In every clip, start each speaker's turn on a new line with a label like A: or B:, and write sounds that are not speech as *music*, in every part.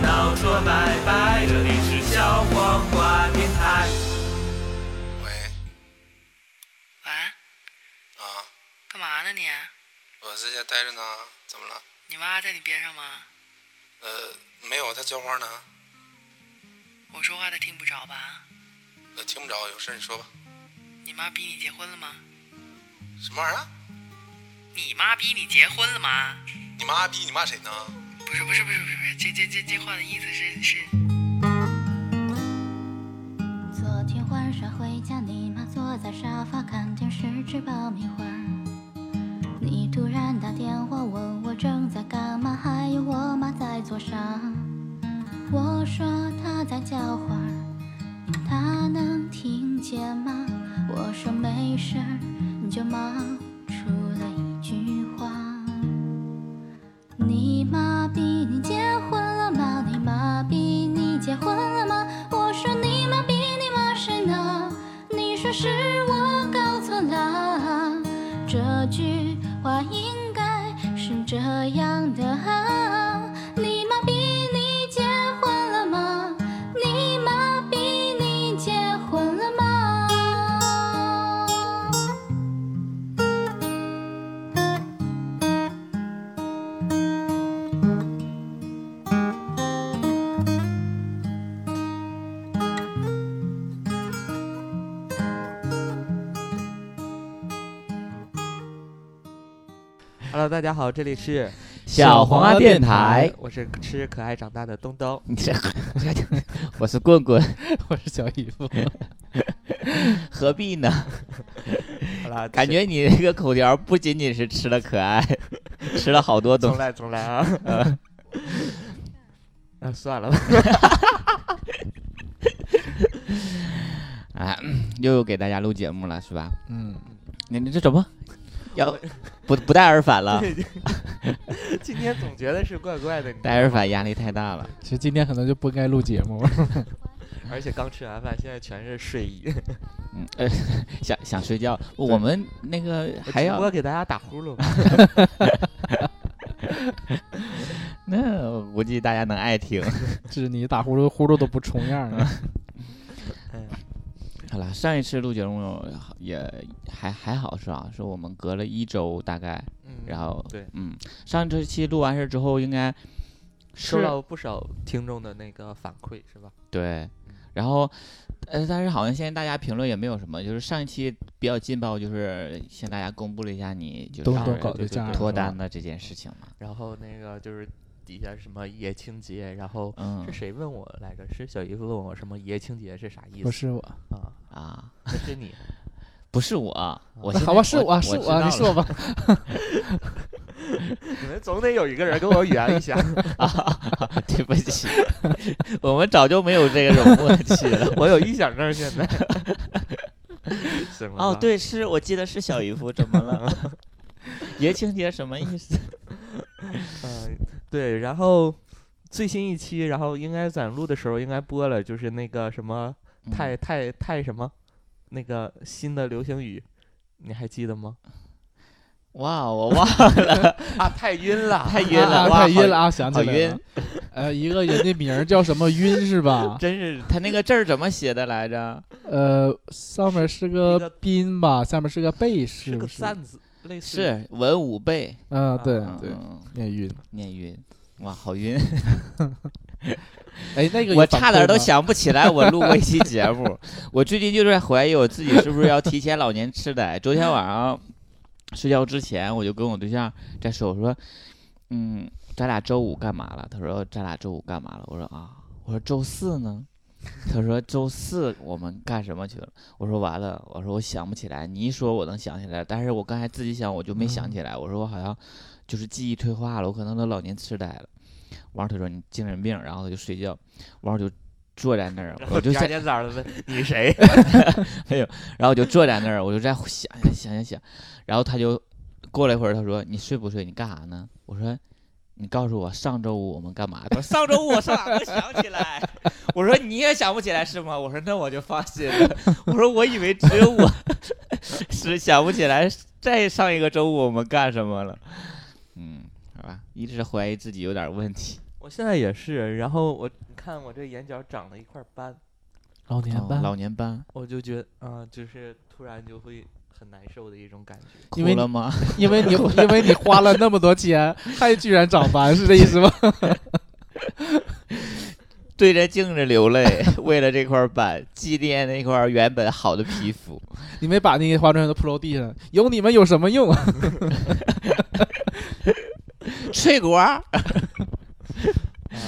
A: 闹说拜拜，这里是小黄瓜电台。
B: 喂，
C: 喂，
B: 啊，
C: 干嘛呢你？
B: 我在家待着呢，怎么了？
C: 你妈在你边上吗？
B: 呃，没有，他浇花呢，
C: 我说话她听不着吧？
B: 呃，听不着，有事你说吧。
C: 你妈逼你结婚了吗？
B: 什么玩意儿啊？
C: 你妈逼你结婚了吗？
B: 你妈逼你骂谁呢？
C: 不是不是不是不是不是，这这这这话的意思是是，
D: 昨天晚上回家，你妈坐在沙发看电视吃爆米花儿。你突然打电话问我正在干嘛，还有我妈在做啥。我说她在浇花儿，她能听见吗？我说没事儿，你就冒出了一句话。你妈逼你结婚了吗？你妈逼你结婚了吗？我说你妈逼你骂谁呢？你说是我搞错了。这句话应该是这样的啊。你妈逼你结婚了吗？你妈逼你结婚了吗？
E: Hello，大家好，这里是
F: 小黄
E: 鸭
F: 鸭电台，
E: 我是吃可爱长大的东东。
F: 你这， *laughs* 我是棍棍，
G: 我是小姨夫，
F: *laughs* 何必呢？
E: 好啦，
F: 感觉你这个口条不仅仅是吃了可爱， *laughs* 吃了好多
E: 重
F: 东西。
E: 来重来啊！
F: 呃
E: *laughs* 那算了吧，
F: 哎，又给大家录节目了是吧？
G: 嗯，
F: 你你这怎么要不不带耳返了？
E: 今天总觉得是怪怪的，你知道
F: 带耳返压力太大了。
G: 其实今天可能就不该录节目， *laughs*
E: 吗而且刚吃完饭，现在全是睡意。
F: 嗯，呃，想想睡觉，我们那个还
E: 直播
F: 要
E: 给大家打呼噜
F: *laughs*
E: 吗？
F: 那我估计大家能爱听。
G: 这是你打呼噜呼噜都不重样儿啊。
E: 嗯
F: 好了，上一次录节目也还还好是吧？是我们隔了一周大概，
E: 嗯
F: 然后
E: 对，
F: 嗯，上这期录完事之后应该
E: 收
F: 是
E: 到不少听众的那个反馈是吧？
F: 对，然后，呃，但是好像现在大家评论也没有什么，就是上一期比较劲爆，就是向大家公布了一下你就
G: 东
F: 是
G: 东搞
E: 对
G: 对
E: 对
G: 象
E: 对
G: 儿
F: 脱
G: 是吧
F: 单，的这件事情嘛。
E: 然后那个就是底下什么爷青结，然后
F: 嗯
E: 是谁问我来着？是小姨夫问我什么爷青结是啥意
G: 不
E: 思
G: 是我，
E: 啊？
F: 啊，
E: 那是你，
F: 不是我，我
G: 那
F: 现
G: 啊好
F: 在
G: 吧，是
F: 我，
G: 是
F: 我知
G: 我，
F: 道
G: 你说
F: 了
G: 吧。
E: *laughs* 你们总得有一个人跟我圆一 *laughs* 下。
F: 啊， *laughs* 对不起， *laughs* 我们早就没有这种默契了。
E: 我有臆想症现在。行了
F: 哦
E: 吧，，
F: 对，是我记得是小姨夫，怎么了？ *laughs* 爷青结什么意思？
E: 嗯，对，然后最新一期，然后应该咱录的时候应该播了，就是那个什么
F: 嗯
E: 太太太什么那个新的流行语，你还记得吗？
F: 哇，哦我忘
E: *laughs* 啊，太晕了，
F: 太晕了， *laughs*
G: 啊
F: 哇
G: 太
F: 好
G: 晕了啊！想起
F: 好
G: 来
F: 晕
G: 了，呃，一个人的名儿叫什么晕是
F: *laughs*
G: 吧？
F: 真是他那个字儿怎么写的来着？
G: 呃，上面
E: 一
G: 是个
E: 个
G: 宾吧，下面是个贝，
E: 是
G: 是
E: 个
G: 不是？
E: 赞字，类似于
F: 是文武背，
G: 嗯，对
F: 嗯
G: 对，
F: 嗯
G: 也晕。
F: 念晕，哇，好 *laughs* 晕！
G: 哎，那个
F: 我
G: 有反
F: 差点
G: 馈
F: 都
G: 吗，
F: 想不起来我录过一期节目。我最近就是在怀疑我自己是不是要提前老年痴呆。昨天晚上睡觉之前，我就跟我对象在说，我说，嗯，咱俩周五干嘛了？他说咱俩周五干嘛了？我说啊，我说周四呢？他说周四我们干什么去了？我说完了，我说我想不起来。你一说我能想起来，但是我刚才自己想我就没
G: 嗯
F: 想起来。我说我好像就是记忆退化了，我可能都老年痴呆了。完了，他说你精神病，然后他就睡觉，完了我就坐在那 *laughs* 儿，
E: 然后
F: 我就
E: 第二
F: 在，
E: 天早上问你
F: *laughs*
E: 谁？
F: 然后我就坐在那儿，我就在想想想想想，然后他就过了一会儿，他说你睡不睡？你干啥呢？我说你告诉我上周五我们干嘛？他说上周五我上哪能想起 *laughs* 来？我说你也想不起来是吗？我说那我就放心了。我说我以为只有我 *laughs* 是想不起来，再上一个周五我们干什么了？嗯，好吧，一直怀疑自己有点问题。
E: 我现在也是，然后我你看我这眼角长了一块斑，
G: 老年
F: 哦老年斑，
E: 我就觉得啊、就是突然就会很难受的一种感
F: *laughs*
E: 觉。
F: 哭
G: 因为
F: 了吗？
G: 因为你因为你花了那么
F: *laughs*
G: 多钱，还居然长斑，是这意思吗？ *laughs*
F: 对着镜子流泪， *laughs* 为了这块板祭奠那块原本好的皮
G: *laughs*
F: 肤。
G: 你没把那些化妆品都铺到地上，有你们有什么用啊？
F: 翠果儿，
E: 嗯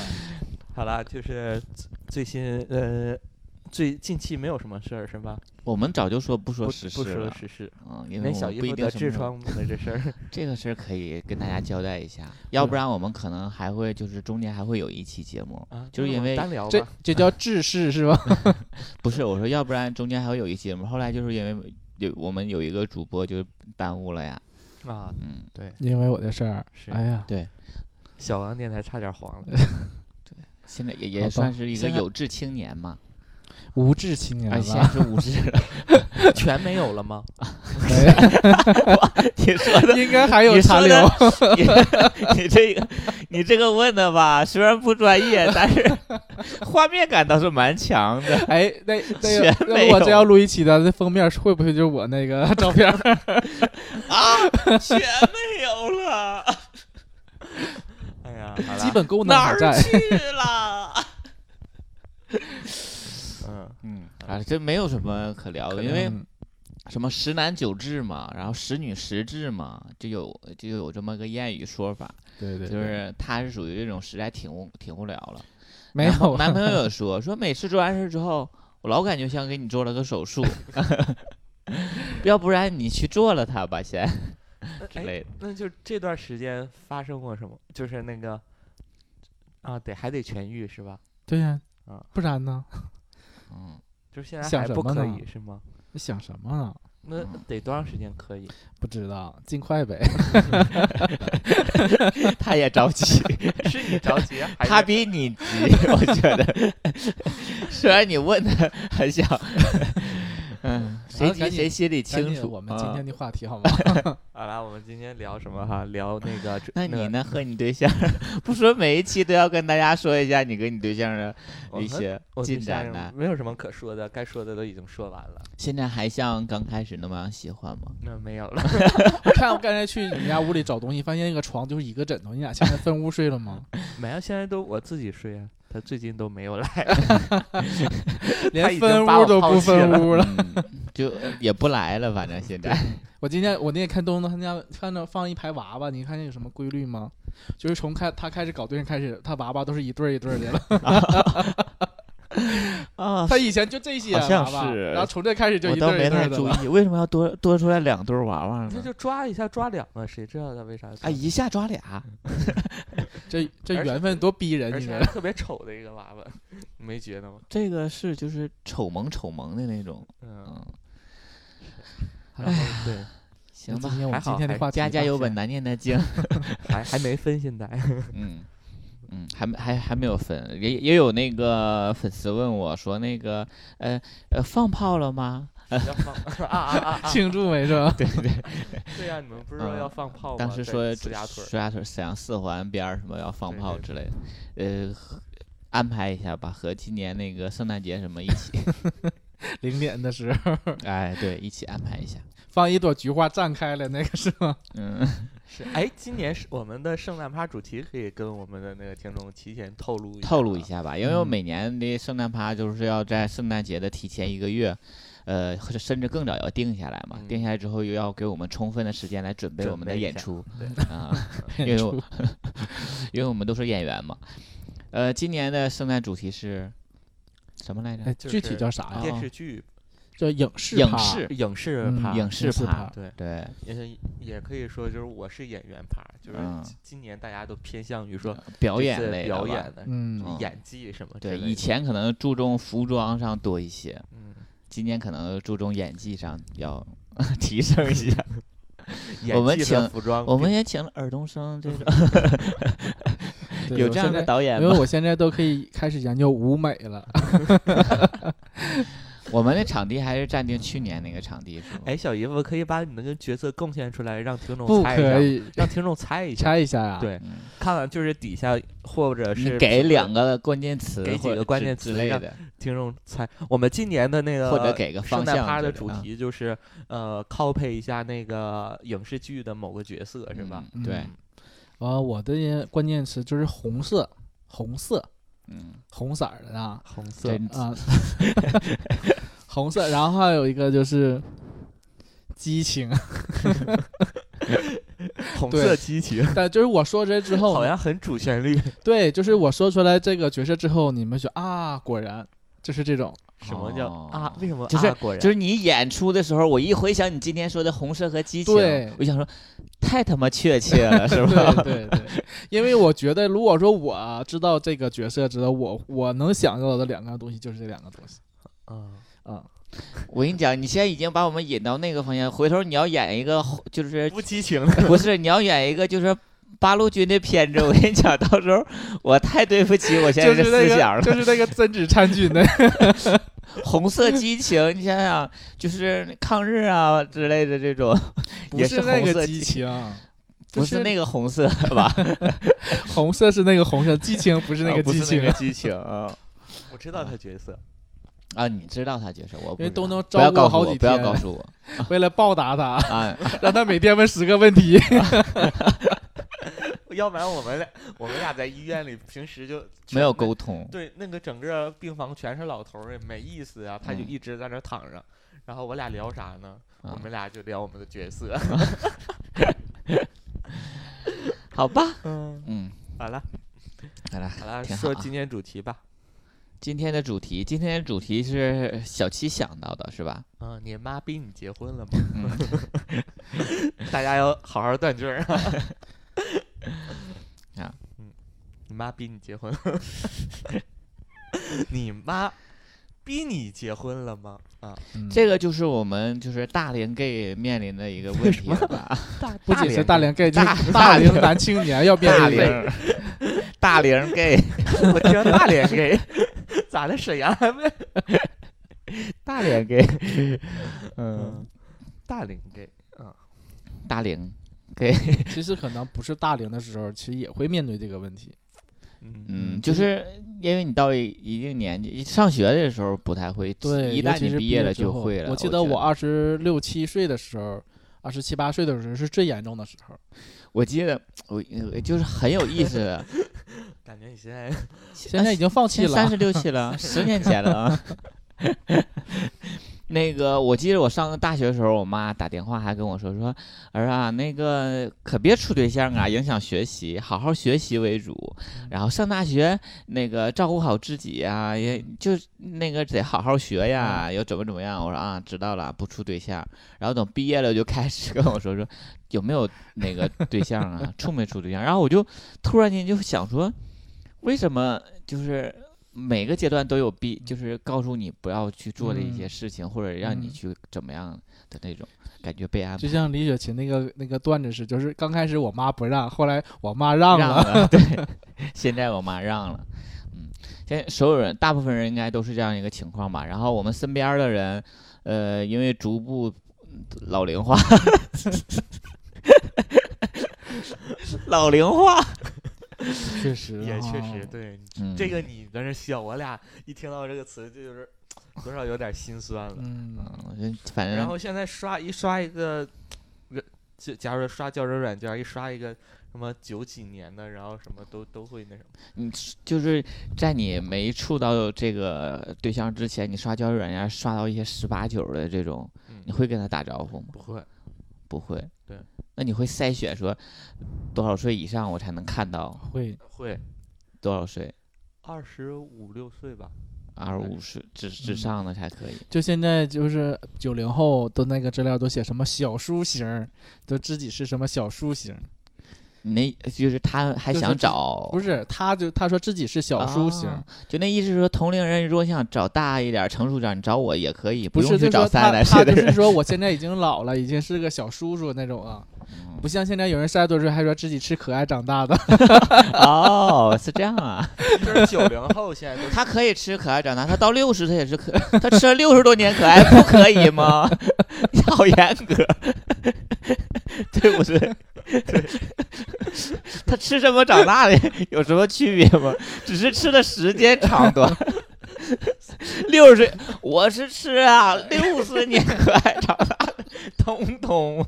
E: 好啦，就是最最新呃，最近期没有什么事儿是吧？
F: *laughs* 我们早就说不说
E: 不
F: 时事
E: 不说
F: 了，
E: 时事，
F: 嗯，因为
E: 连
F: 我
E: 小
F: 们
E: 姨
F: 不一
E: 夫
F: 定
E: 得
F: 什
E: 痔
F: 么时候 *laughs*
E: 疮嗯的这事儿。
F: 这个事儿可以跟大家交代一下，要不然我们可能还会就是中间还会有一期节目，
E: 啊，
F: 就是
E: 那
F: 因
E: 我们
F: 为
E: 单聊
G: 这
E: 吧，
G: 这叫治世是吧？
F: 不是我说，要不然中间还会有一期节目。后来就是因为有我们有一个主播就耽误了呀，
E: 啊，
F: 嗯，
E: 对，
G: 因为我的事儿，
E: 是
G: 哎呀，
E: 小王电台差点黄
F: *laughs*
E: 了。
F: 现在也
G: 好
F: 也
G: 吧
F: 算是一个
G: 现在
F: 有志青年嘛，
G: 无志青年
F: 啊，现
G: 了
F: 在，是无志了。 *laughs*
E: 全没有了吗？
G: 没
F: 你说的，
G: 哎应该还有
F: 你说
G: 残留。
F: *laughs* 的，你你这个你这个问的吧，虽然不专业，但是画面感倒是蛮强的。
G: 哎，那那
F: 全
G: 个，那
F: 没
G: 如果真
F: 有
G: 要录一期的，那封面会不会就是我那个 *laughs* 照片儿？
F: 啊， *laughs* 全没有了，
E: 哎
F: *laughs*
E: 呀，好啦
G: 基本功能
F: 哪
G: 还
F: 儿
G: 在。 *laughs*
F: 去了？
E: 嗯，
F: 嗯，啊，这没有什么可聊 *laughs* 的，因为
G: 嗯
F: 什么十男九痔嘛，然后十女十痔嘛，就有就有这么个谚语说法，
G: 对对，
F: 就
G: 对
F: 是他是属于这种实在挺不挺不了了。
G: 没
F: 男朋
G: 有啊
F: 男朋友有说说每次做完事之后，我老感觉像给你做了个手术， *laughs* 要不然你去做了它吧先
E: 那
F: 之
E: 哎
F: 类的。
E: 那就这段时间发生过什么？就是那个啊，得还得痊愈是吧？
G: 对呀
E: 啊，
G: 不然呢？
F: 嗯，
E: 就是现在
G: 想
E: 还
G: 什
E: 不
G: 么
E: 可
G: 呢
E: 以是吗？
G: 你想什么呢？
E: 那
F: 嗯
E: 得多长时间可以？
G: 不知道，尽快呗。
F: 他也着
G: *laughs*
F: 急，
E: *laughs* 是你着急啊，还
F: 他
E: 是
F: 比你急，我觉得。 *laughs* 虽然你问的很想， *laughs* 嗯，谁
G: 好
F: 急
G: 赶紧
F: 谁心里
G: 赶 *laughs*
F: 清
G: 紧
F: 楚。
G: 我们
F: 啊
G: 今天的话题好吗？ *laughs*
E: 好啦，我们今天聊什么哈？聊那个这，
F: 啊那你
E: 个？
F: 呢？和你对象，不说每一期都要跟大家说一下你跟你对象的
E: 我
F: 一
E: 和
F: 些
E: 我对
F: 进展
E: 象
F: 呢？嗯
E: 没有什么可说的，该说的都已经说完了，
F: 现在还像刚开始那么喜欢吗？
E: 那没有了。
F: *laughs*
G: 我看我刚才去你们家屋里找东西，发现一个床就是一个枕头，你俩现在分屋睡了吗？
E: 没有，现在都我自己睡啊。他最近都没有来，
F: 啊
E: 他
G: 连
E: 已经
G: 分
E: 把
G: 屋
E: 我
G: 都
E: 抛
G: 不
E: 弃
F: *laughs*
G: 分屋了。
F: 嗯，就也不来了，反正现 *laughs* 在
G: 我今天我那天看东东他家看到放一排娃娃，你看见有什么规律吗？就是从开他开始搞对象开始，他娃娃都是一对儿一对儿的 *laughs* 了。
F: 啊
G: 他以前就这些
F: 好像
G: 娃娃，
F: 是
G: 然后从这开始就
F: 我
G: 一对
F: 倒
G: 儿
F: 没
G: 一对
F: 太
G: 儿的
F: 注
G: 了。
F: 意，为什么要多多出来两对儿娃娃
E: 他
F: 呢？
E: 就抓一下抓两个，谁知道他为啥抓？
F: 啊，一下抓俩，
G: 嗯这这
E: 而且
G: 缘分多逼人，
E: 而
G: 你
E: 且
G: 说
E: 还是特别丑的一个娃娃， *laughs* 你没觉得吗？
F: 这个是就是丑萌丑萌的那种，
E: 嗯，
F: 嗯，
E: 然后对，
F: *laughs* 行吧
G: 今，天我
E: 还
G: 们今
E: 好
G: 天的
E: 还
G: 话题
F: 家
G: 吧
F: 家有
G: 先
F: 本难念的
G: *laughs*
F: 经，
E: 还还没分现在。
F: 嗯嗯，还没还还没有分，也也有那个粉丝问我说那个呃呃放炮了吗？
E: *laughs* 要放 *laughs* 啊啊啊啊！
G: 庆祝没是
F: *laughs*
G: 吧？
F: 对对，
E: 对呀、你们不是说
F: 嗯
E: 要放炮吗？
F: 当时
E: 在
F: 说
E: 呲牙腿儿，
F: 呲牙腿儿沈阳四环边儿什么要放
E: 对
F: 炮
E: 对
F: 之类的，呃，和安排一下吧，和今年那个圣诞节什么一
E: *laughs*
F: 起，
G: 零点的时候
F: 哎，对，一起安排一下。
G: 放一朵菊花绽开了，那个是吗？
F: 嗯，
E: 是哎，今年是我们的圣诞趴主题，可以跟我们的那个听众提前透露一下
F: 透露
E: 吗
F: 一下吧，因为我
E: 嗯
F: 每年的圣诞趴就是要在圣诞节的提前一个月，呃，或者甚至更早要定下来嘛。
E: 嗯
F: 定下来之后，又要给我们充分的时间来准备我
E: 准
F: 们的
E: 备一
F: 演
E: 下
F: 出
E: 对 *laughs*
F: 啊，因为我 *laughs* 因为我们都是演员嘛。呃，今年的圣诞主题是什么来着
G: 哎，？具体
E: 是
G: 叫啥呀？
E: 电
F: 哦
E: 视剧、
G: 叫影视
F: 影
G: 趴
F: 视
E: 影视
G: 嗯
E: 趴、
F: 影视
G: 视
F: 趴
G: 趴
E: 对，
F: 对，
E: 也也可以说就是我是演员趴，就是
F: 嗯
E: 今今年大家都偏向于说
F: 表
E: 这
F: 演
E: 次
F: 类的
E: 表
F: 吧
E: 演的、
G: 嗯，
F: 嗯
E: 演技什么之
F: 对，
E: 类的。
F: 以前可能注重服装上多一些，
E: 嗯，
F: 今年可能注重演技上要 *laughs* 提升一下。
E: *laughs* 演
F: 我们
E: 技
F: 请
E: 和服装
F: 我
E: 并
F: 们也请了尔冬升这种
G: 对
F: 有
G: 我
F: 这样
G: 现
F: 的
G: 在
F: 导演
G: 因为
F: 吗？
G: 我现在都可以开始研究舞美了。
F: 我我们那场地还是暂定去年那个场地，是吗？
E: 哎，小姨夫，可以把你那个角色贡献出来，让听众
G: 不
E: 猜一下
G: 可以
E: 让听众猜一下。
G: 拆一下啊呀、
E: 对，
F: 嗯
E: 看完就是底下或者是
F: 你给
E: 评论
F: 两个关键词或者
E: 给
F: 之，
E: 几个关键词
F: 之类
E: 让
F: 的，
E: 听众猜。我们今年的那个
F: 或者给个
E: 圣
F: 方
E: 诞
F: 向
E: 趴的
F: 之
E: 主
F: 类啊
E: 题就是呃，copy 一下那个影视剧的某个角色，
F: 啊
E: 是吧？
F: 嗯对，
G: 呃，我的关键词就是红色，红色，
F: 嗯，
G: 红色儿
F: *laughs*
G: 的啊
E: 红色
F: 真
G: 啊， *laughs* 红色。然后还有一个就是激情， *laughs*
E: 红
G: 对
E: 色激情，
G: 但就是我说出来
F: 哦
G: 之后
E: 好，像很主旋律，
G: 对，就是我说出来这个角色之后，你们说啊，果然就是
F: *laughs*
G: 这种。
E: 什么叫啊
F: 哦？
E: 为什么
F: 就是
E: 啊？果然
F: 就是你演出的时候，我一回想你今天说的红色和激情，
G: 对
F: 我就想说，太他妈确切
G: *laughs*
F: 了，是吧？
G: 对对对，因为我觉得，如果说我知道这个角色，知道我我能想到的两个东西就是这两个东西
E: 啊，
G: 啊、
F: *laughs* 我跟你讲，你现在已经把我们引到那个方向，回头你要演一个就是
E: 不激情的
F: 不是你要演一个就是八路军的片子，我跟你讲，到时候我太对不起我现
G: 就
F: 在
G: 是
F: 的
G: 那
F: 思想
G: 个
F: 了。
G: *laughs* 就是那个真子参军的，
F: *laughs* 红色激情，你想想，就是抗日啊之类的这种，
G: 不
F: 也
G: 是那
F: 红
G: 个
F: 色激，
G: 激情，
F: 不
G: 是
F: 是那个红
G: *laughs*
F: 色吧？
G: 红色是那个红色，激情不是那
F: 啊
G: 个
F: 不
G: 激
F: 是
G: 情
F: 那，个激情啊
E: 我知道他角色。 *laughs*
F: 啊！你知道他角色，我不
G: 因为
F: 知
G: 东
F: 道
G: 东
F: 不要
G: 照顾
F: 告
G: 我
F: 诉
G: 好
F: 我，
G: 几
F: 不要
G: 天，
F: 告诉我
G: 为了报答他，
F: 啊！
G: 让他每天问十个问题。
E: 要不然我们俩我们俩在医院里平时就
F: 没有
E: 全
F: 沟通，
E: 对，那个整个病房全是老头儿，也没意思啊。他就
F: 嗯
E: 一直在那儿躺着，然后我俩聊啥呢？
F: 啊
E: 我们俩就聊我们的角色。
F: 好吧？
E: 嗯，
F: 嗯，
E: 好了
F: 好了，
E: 好了，
F: 挺好
E: 说
F: 啊
E: 今天主题吧。
F: 今天的主题，今天的主题是小七想到的，是吧？
E: 嗯，你妈逼你结婚了吗？
F: 嗯，
E: *laughs* 大家要好好断
F: *laughs*
E: 句儿啊。
F: 啊
E: 嗯，你妈逼你结婚 *laughs* 了？你妈逼你结婚了吗？啊，
F: 嗯这个就是我们就是大龄 gay 面临的一个问题了
G: *laughs*
F: 吧？
E: 大
G: 不仅是大
E: 连，
G: 龄 gay，就是
F: 大
G: 大龄
F: 大龄
G: 男青年要变
F: 大
G: 得
F: 龄，大龄 *laughs* gay，
E: 我听大连
G: *laughs*
E: 给，咋的？沈阳还没
F: 大龄 gay，嗯，
E: 嗯， *laughs* 大连给。
F: 大龄，
G: 其实可能不是大龄的时候，其实也会面对这个问题。
F: 嗯，就是因为你到一一定年纪，上学的时候不太会，
G: 对，
F: 一
G: 尤
F: 旦
G: 其
F: 你
G: 是
F: 毕
G: 业
F: 业了
G: 之
F: 就
G: 后
F: 会了。
G: 我
F: 我
G: 记得我
F: 觉
G: 二十六七岁的时候，二十七八岁的时候是最严重的时候。
F: 我记得我呃就是很有意思的，
E: 感觉你现
F: 哦
E: 在
G: *laughs* 现在已经放弃
F: 现在三
G: 了，
F: 十六期 *laughs* 了，十年前了啊。 *laughs* 那个，我记得我上大学的时候，我妈打电话还跟我说说，儿啊，那个可别处对象啊，影响学习，好好学习为主。然后上大学那个照顾好自己啊，也就那个得好好学呀，又怎么怎么样。我说啊，知道了，不处对象。然后等毕业了就开始跟我说说有没有那个对象啊，处没处对象。然后我就突然间就想说，为什么就是每个阶段都有必，就是告诉你不要去做的一些
G: 嗯
F: 事情，或者让你
G: 嗯
F: 去怎么样的那种感觉被安排
G: 就像李雪琴那个那个段子是，就是刚开始我妈不让，后来我妈让了。
F: 了，对，现在我妈让了。嗯，现在所有人，大部分人应该都是这样一个情况吧。然后我们身边儿的人，呃，因为逐步老龄化，老龄化，
G: 确实
E: 也确
G: 啊
E: 实，对，
F: 嗯
E: 这个你在那笑，我俩一听到这个词就是多少有点心酸了。
G: *laughs* 嗯，
F: 嗯，我觉得反
E: 然
F: 正
E: 后现在刷一刷一个，人就假如说刷交友软件，一刷一个什么九几年的，然后什么都都会那什么。
F: 你嗯就是在你没处到这个对象之前，你刷交友软件刷到一些十八九的这种，
E: 嗯，
F: 你会跟他打招呼吗？
E: 不会，
F: 不会。
E: 对。
F: 那你会筛选说多少岁以上我才能看到
G: 会
E: 会
F: 多少岁？
E: 二十五六岁
F: *laughs*
E: 吧。
F: 二十五岁之之
G: 哎嗯
F: 上的才可以。
G: 就现在就是九零后都那个资料都写什么小书型儿，都自己是什么小书型儿，
F: 没，就是他还
G: 就是
F: 想
G: 自
F: 找，
G: 不是，他就他说自己是小
F: 啊
G: 书型，
F: 就那意思是说，同龄人如果想找大一点儿、成熟点儿，你找我也可以，
G: 不
F: 用
G: 是
F: 去
G: 就
F: 找
G: 说
F: 三十
G: 他
F: 来
G: 他
F: 岁的
G: 就是
F: 人。 *laughs*
G: 说我现在已经老了，已经是个小叔叔那种啊，
F: 嗯
G: 不像现在有人三十多岁还说自己吃可爱长大的， *laughs*
F: 哦，是这样啊，
E: 就是九零后现在都
F: 他可以吃可爱长大，他到六十他也是可，他吃了六十多年可爱，不可以吗？ *laughs* 你好严格，对不对？ *laughs* 他吃什么长大的有什么区别吗？只是吃的时间长短。六十岁，我是吃啊，六十年可爱长大的彤彤。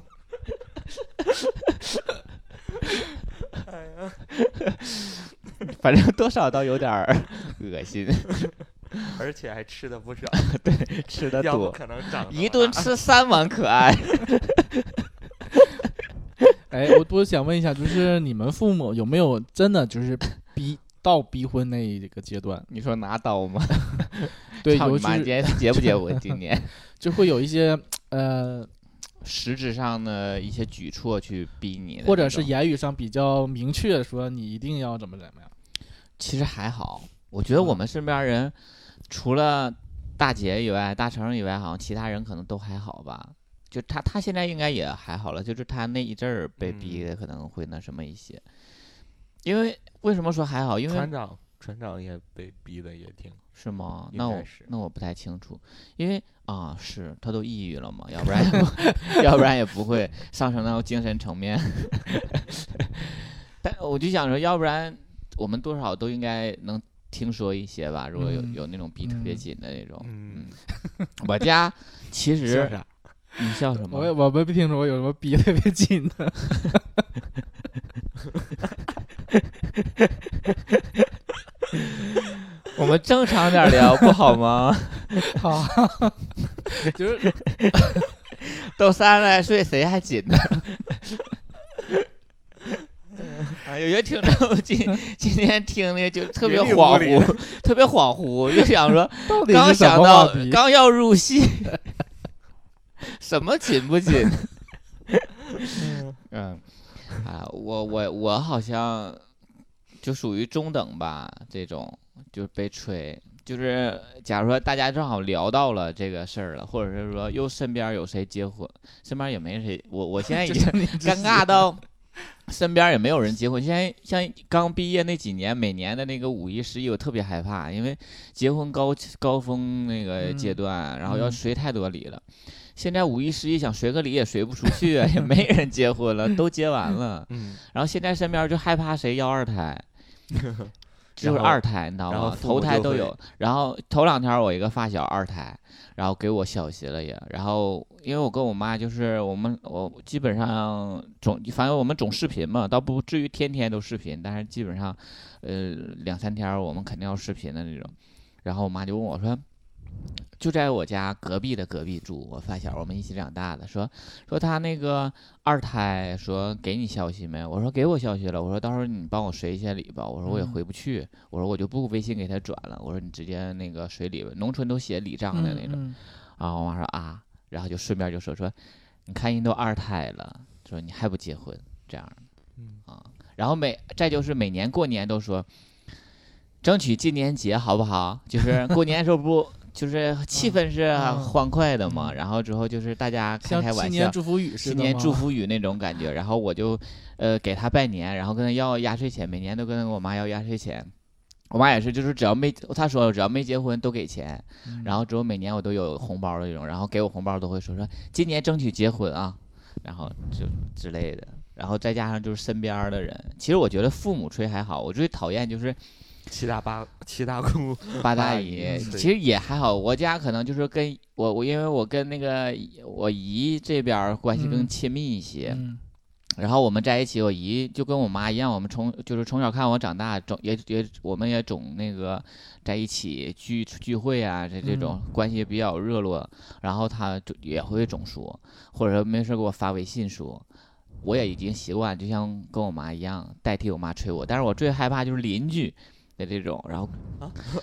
F: *laughs* 反正多少都有点儿恶 *laughs* 心，
E: 而且还吃的不少，
F: 吃的
E: 要不
F: 多，
E: 可能长
F: 啊一顿吃三碗可爱。
G: 哎，我我想问一下，就是你们父母有没有真的就是逼到逼婚那一个阶段？
F: *laughs* 你说拿刀吗？
G: 对，
F: 操
G: 尤
F: 你
G: 其
F: 妈！你今
G: 是
F: 天结不结 *laughs* 婚？今年
G: 就会有一些呃，
F: 实质上的一些举措去逼你的那种，
G: 或者是言语上比较明确地说你一定要怎么怎么样。
F: 其实还好。我觉得我们身边人，除了大姐以外、大成以外，好像其他人可能都还好吧。就他，他现在应该也还好了，就是他那一阵儿被逼的可能会那什么一些。因为为什么说还好？因为
E: 船长，船长也被逼的也挺
F: 是吗？
E: 应
F: 哦那
E: 该
F: 我
E: 是
F: 那我不太清楚，因为啊，是他都抑郁了嘛，要不然也不 *laughs* 要不然也不会上升到精神层面。 *laughs* 但我就想说，要不然我们多少都应该能听说一些吧。如果有、
G: 嗯
F: 有那种逼特别
G: 嗯
F: 紧的那种，
E: 嗯
F: 我家其
G: *laughs* 笑
F: 实
G: 啥
F: 你笑什
G: 我也
F: 么？
G: 我没听说过有什么逼特别紧的，
F: 我们正常点儿聊不好吗？
G: 好，
E: 嗯
F: *laughs*
G: 就是
F: 都三十来岁，谁还紧
E: *laughs*
F: 呢？
E: 哎
F: 啊，有些听众 *laughs* 今今天听的就特别
E: 云里雾
F: 恍
E: 里
F: 惚，特别恍惚，就想说
G: *laughs* 到底
F: 刚
G: 是什
F: 想
G: 么
F: 到
G: 话题？
F: 刚要入戏， *laughs* 什么紧不
G: *laughs*
F: 紧？嗯，啊，我我我好像就属于中等吧，这种就是被吹。就是假如说大家正好聊到了这个事儿了，或者是说又身边有谁结婚，身边也没谁，我我现
G: 哎
F: 在已经尴尬到 *laughs* 身边也没有人结婚。现在像刚毕业那几年，每年的那个五一、十一，我特别害怕，因为结婚高高峰那个阶
G: 嗯
F: 段，然后要
G: 嗯
F: 随太多礼了。现在五一、十一想随个礼也随不出去啊，也没人结婚了，都结完了。
E: 嗯，
F: 然后现在身边就害怕谁要
E: *laughs*
F: 二胎，就
E: 然
F: 是
E: 后
F: 二胎，你知道
E: 然后
F: 吗？
E: 父
F: 头
E: 母
F: 胎
E: 就
F: 都
E: 会
F: 有。然后头两天我一个发小二胎，然后给我消息了也。然后因为我跟我妈就是我们我基本上总反正我们总视频嘛，倒不至于天天都视频，但是基本上呃两三天我们肯定要视频的那种。然后我妈就问我说。就在我家隔壁的隔壁住，我发小，我们一起长大的，说说他那个二胎，说给你消息没？我说给我消息了，我说到时候你帮我随一下礼吧，我说我也
G: 嗯
F: 回不去，我说我就不微信给他转了，我说你直接那个随礼吧，农村都写礼账的那种。
G: 嗯
F: 然后我妈说啊，然后就顺便就说说，你看人都二胎了，说你还不结婚这样
E: 嗯
F: 的啊。然后每再就是每年过年都说，争取今年结好不好？
G: *laughs*
F: 就是过年的时候不就是气氛是
G: 嗯
F: 欢快的嘛，
G: 嗯
F: 然后之后就是大家开
G: 像
F: 开
G: 新
F: 玩
G: 年
F: 笑。
G: 祝福语似的
F: 新年
G: 吗
F: 祝福语那种感觉，然后我就，呃，给他拜年，然后跟他要压岁钱，每年都跟我妈要压岁钱，我妈也是，就是只要没，她说只要没结婚都给钱，
G: 嗯
F: 然后之后每年我都有红包的那种，然后给我红包都会说说今年争取结婚啊，然后就之类的，然后再加上就是身边儿的人，其实我觉得父母吹还好，我最讨厌
G: *laughs*
F: 就是
E: 七大八七大姑
F: 八
E: 大
F: 大
E: 姨
F: 姨，
E: 对
F: 其实也还好。我家可能就是跟我我因为我跟那个我姨这边儿关系更
G: 嗯
F: 亲密一些，
G: 嗯
F: 然后我们在一起，我姨就跟我妈一样，我们从就是从小看我长大，总也也我们也总那个在一起聚聚会啊，这这种关系比较热络。然后她就也会总说，或者说没事给我发微信说，我也已经习惯，就像跟我妈一样，代替我妈催我。但是我最害怕就是邻居，的这种，然后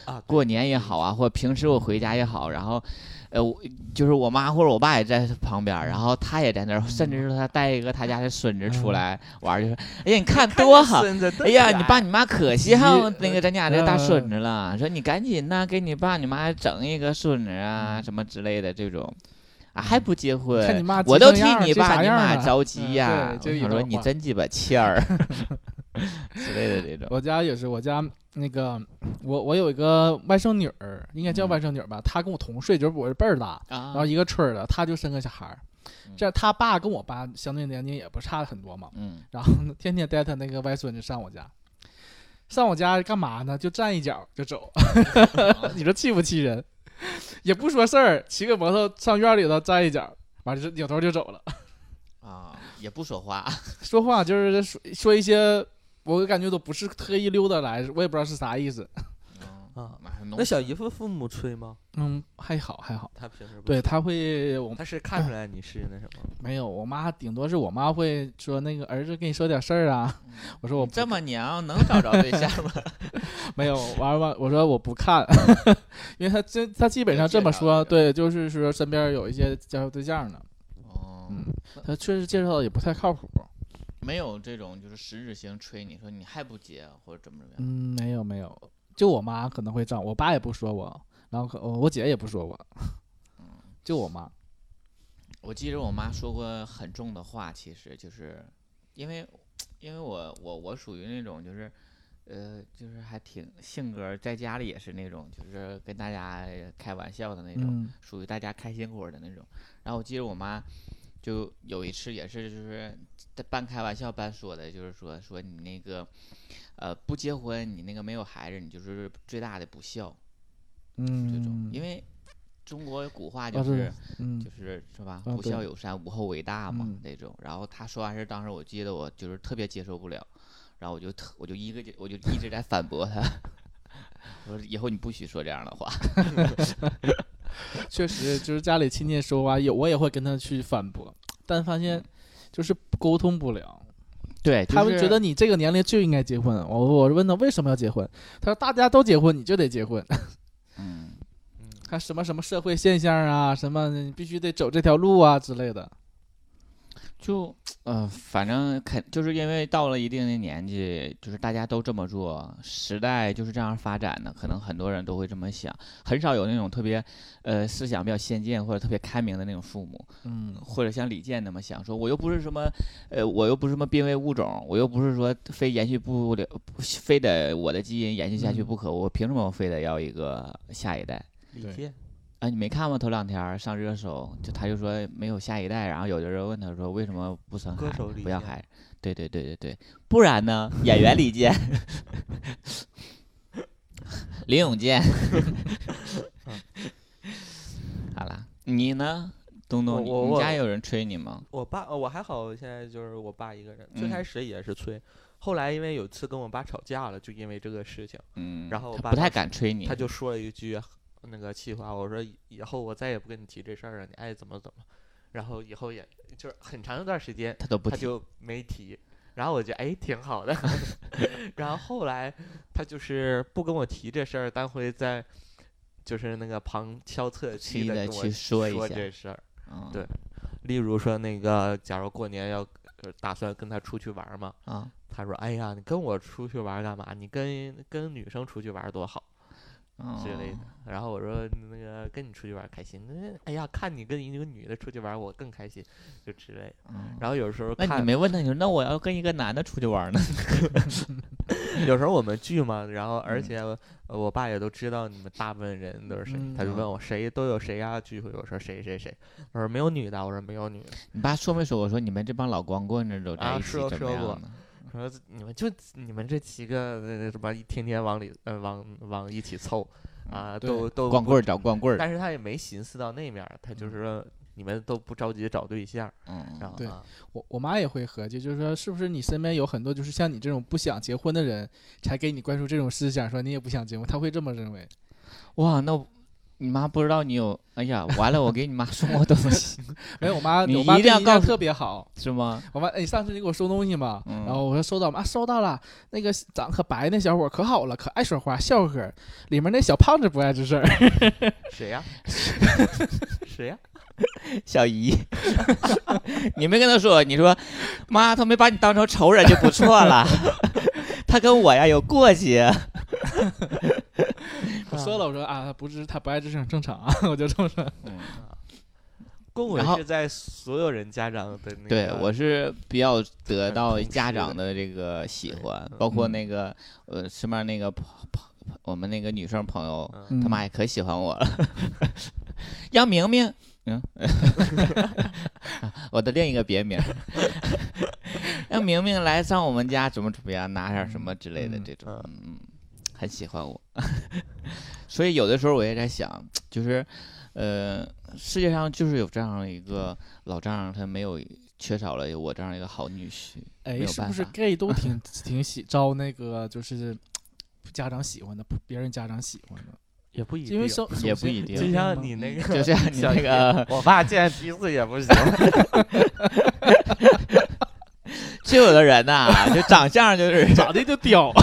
E: 啊，
F: *laughs* 过年也好啊，
G: 嗯
F: 或者平时我回家也好，然后，呃，我就是我妈或者我爸也在旁边
G: 嗯
F: 儿，然后他也在那儿，甚至是他带一个他家的孙子出来
G: 嗯
F: 玩儿，就说，哎呀，你看多好，
E: 孙子多
F: 哎呀，你
E: 可
F: 爸
E: 爱
F: 你妈可稀罕那个咱家这大
G: 嗯
F: 孙子了，说你赶紧呐，给你爸你妈整一个孙子啊，什么之类的这种，啊还不结
G: 嗯看你
F: 婚，
G: 妈急
F: 我都
G: 成
F: 替
G: 样儿
F: 你
G: 这啥
F: 爸你
G: 样儿
F: 妈
G: 啊
F: 着急呀、
G: 嗯
F: 我
G: 对就
F: 想
G: 一
F: 说
G: 种
F: 你
G: 话
F: 真鸡巴欠
G: *laughs*
F: 儿之类的这种，
G: 我家也是，我家那个我我有一个外甥女儿，应该叫
F: 嗯
G: 外甥女儿吧，她跟我同岁，就是我是辈儿大，
F: 啊
G: 然后一个村儿的，她就生个小孩儿
F: 嗯。
G: 这她爸跟我爸相对年龄也不差很多嘛，
F: 嗯
G: 然后呢天天带她那个外孙子上我家，上我家干嘛呢？就站一脚就 *laughs* 走，你说气不气人？也不说事儿，骑个摩托上院里头站一脚，完了就扭头就走了。
F: 啊也不说话，
G: 说话就是说说一些，我感觉都不是特意溜达来，我也不知道是啥意思。
E: 啊。
F: 妈还弄
E: 那小姨夫父母催吗？
G: 嗯，还好还好。
E: 他平时不
G: 对，
E: 催，
G: 他会，我
E: 他是看出来你是那什么
G: 没有，我妈顶多是我妈会说那个儿子跟你说点事儿啊，我说我不
F: 这么娘能找着对象
G: *laughs*
F: 吗？
G: 没有，完了完，我说我不看， *laughs* 因为他这他基本上这么说，
F: 就介
G: 对，就是说身边有一些介绍对象的，
F: 哦
G: 嗯，他确实介绍的也不太靠谱。
F: 没有这种就是实质性催你说你还不结啊或者怎么怎么样，
G: 嗯，没有没有，就我妈可能会这样，我爸也不说我，然后可我我姐也不说我， *laughs* 就我妈。
F: 我记着我妈说过很重的话，其实就是因为因为我我我属于那种就是呃就是还挺性格儿，在家里也是那种就是跟大家开玩笑的那种，
G: 嗯
F: 属于大家开心果儿的那种。然后我记得我妈就有一次也是就是在半开玩笑半说的，就是说说你那个呃不结婚，你那个没有孩子，你就是最大的不孝
G: 嗯，
F: 这种，因为。中国古话就
G: 啊对
F: 是，
G: 嗯
F: 就是是吧？
G: 啊
F: 不
G: 对
F: 孝有三，无后为大嘛
G: 嗯
F: 那种。然后他说完事儿，当时我记得我就是特别接受不了，然后我就特我就一个劲我就一直在反驳他， *laughs* 我说以后你不许说这样的
G: *laughs*
F: 话。
G: 确实，就是家里亲戚说啊，也我也会跟他去反驳，但发现就是沟通不了。
F: 对，
G: 他们觉得你这个年龄就应该结婚。我我问他为什么要结婚，他说大家都结婚，你就得结婚。 *laughs*
F: 嗯，
G: 还什么什么社会现象啊，什么你必须得走这条路啊之类的。
F: 就呃，反正肯就是因为到了一定的年纪，就是大家都这么做，时代就是这样发展的，可能很多人都会这么想，很少有那种特别呃思想比较先进或者特别开明的那种父母，
G: 嗯
F: 或者像李健那么想，说我又不是什么呃，我又不是什么濒危物种，我又不是说非延续不了，不非得我的基因延续下去
G: 嗯
F: 不可，我凭什么非得要一个下一代？
E: 李
G: 对
E: 健
F: 啊，你没看吗？头两天儿上热搜，就他就说没有下一代，然后有的人问他说为什么不生
E: 歌
F: 孩子
E: 手李，
F: 不要
E: 健
F: 孩子？对对对对对，不然呢？演员李健、林永健
E: 嗯，
F: 好了，你呢，
E: 我
F: 东东？你
E: 我
F: 你
E: 我
F: 家有人催你吗？
E: 我爸，呃我还好，现在就是我爸一个人。最
F: 嗯
E: 开始也是催，后来因为有一次跟我爸吵架了，就因为这个事情，
F: 嗯，
E: 然后我
F: 他
E: 爸
F: 不太
E: 当时
F: 敢催你，
E: 他就说了一句那个气话，我说以以后我再也不跟你提这事儿了，你爱怎么怎么。然后以后也就是很长一段时间，
F: 他都不
E: 他
F: 提，
E: 就没提。然后我觉得哎挺好的， *laughs* 然后后来他就是不跟我提这事儿，但会在就是那个旁敲侧击
F: 记
E: 的
F: 得
E: 跟我
F: 去说一下
E: 这事儿。
F: 嗯
E: 对例如说那个，假如过年要呃打算跟他出去玩儿嘛，
F: 啊，
E: 他说：“哎呀，你跟我出去玩儿干嘛？你跟跟女生出去玩儿多好之类的
F: 嗯。”
E: 然后我说：“那个跟你出去玩儿开心。”那哎呀，看你跟一个女的出去玩儿，我更开心，就之类的。
F: 嗯
E: 然后有时候
F: 那你
E: 看，
F: 没问他，你说那我要跟一个男的出去玩儿呢？
E: 有时候我们聚嘛，然后而
F: 嗯
E: 且我,、呃我爸也都知道你们大部分人都是谁，他就
F: 嗯
E: 问我谁都有谁呀、聚会，我说谁谁谁，我说没有女的，我说没有女的，
F: 你爸说没说？我说你们这帮老光棍子都在
E: 啊
F: 一起，
E: 说
F: 怎么
E: 说
F: 样
E: 过
F: 呢？
E: 我说你们就你们这几个呃什么一天天往里呃往往一起凑啊，
G: 对
E: 都都
F: 光
E: 不
F: 棍儿找光棍儿，
E: 但是他也没寻思到那面儿，他就是说你们都不着急找对象，
F: 嗯，
E: 然后
G: 对
E: 啊，
G: 我我妈也会合计，就是说是不是你身边有很多就是像你这种不想结婚的人，才给你灌输这种思想，说你也不想结婚，她会这么认为。
F: 哇，那你妈不知道你有，哎呀，完了，我给你妈送过东西 *laughs*
G: 没哎有，我妈，
F: 你
G: 我妈
F: 一定要
G: 对你印象
F: 告诉
G: 特别好。
F: 是吗？
G: 我妈，哎，上次你给我收东西嘛，
F: 嗯
G: 然后我说收到吗？啊，收到了。那个长可白那小伙可好了，可爱说话，笑呵。里面那小胖子不碍这事儿，
E: 谁呀？ *laughs* 谁 *laughs* 呀？
F: 小
E: *laughs*
F: 姨， *laughs* 你没跟他说，你说妈，他没把你当成仇人就不错了， *laughs* 他跟我呀有过节，
G: 我
F: 嗯
G: 说了，我说啊，不是他不爱这事儿很正常啊， *laughs* 我就这么说。
E: 公
F: 然
E: 文
F: 后
E: 是在所有人家长的那个，
F: 对我是比较得
E: 很
F: 到
E: 重视
F: 家
E: 的
F: 长的这个喜欢，
E: 嗯
F: 包括那个呃身边那个朋朋我们那个女生朋友，
E: 嗯
F: 他妈也可喜欢我了。 *laughs* 杨明明，嗯， *laughs* 我的另一个别名，让明明来上我们家怎么怎么样，拿点什么之类的
G: 嗯
F: 这种
E: 嗯，
F: 嗯，嗯很喜欢我。 *laughs* 所以有的时候我也在想，就是，呃，世界上就是有这样一个老丈人，他没有缺少了有我这样一个好女婿。没
G: 哎，
F: 有
G: 是
F: 办
G: 不是
F: 法 *laughs*
G: gay 都挺挺喜招那个就是家长喜欢的，不别人家长喜欢的？
E: 也不一定，
G: 因为生
F: 也不一定
E: 就像你那个，
F: 就像你
E: 小
F: 那
E: 姨
F: 个，
E: 我爸见鼻子也不行，
F: 就有的人呐、就长相就是
G: 咋的就屌，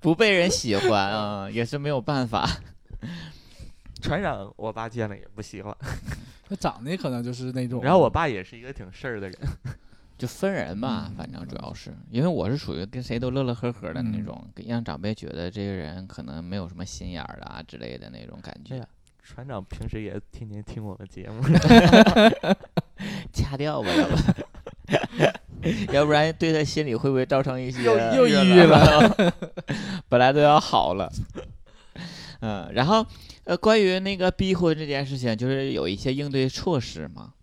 F: 不被人喜欢啊，也是没有办法。
E: *laughs* 船长我爸见了也不喜欢。
G: 他长得可能就是那种。
E: 然后我爸也是一个挺事儿的人，
F: 就分人吧，
G: 嗯
F: 反正主要是因为我是属于跟谁都乐乐呵呵的那
G: 嗯
F: 种，给让长辈觉得这个人可能没有什么心眼儿的啊之类的那种感
E: 哎
F: 觉
E: 呀。船长平时也天天听我们节
F: *laughs*
E: 目，
F: 掐掉吧，要不， *laughs* 要不然对他心里会不会造成一些
G: 又又抑郁
F: 了？ *laughs* 本来都要好了，嗯，然后呃，关于那个逼婚这件事情，就是有一些应对措施嘛。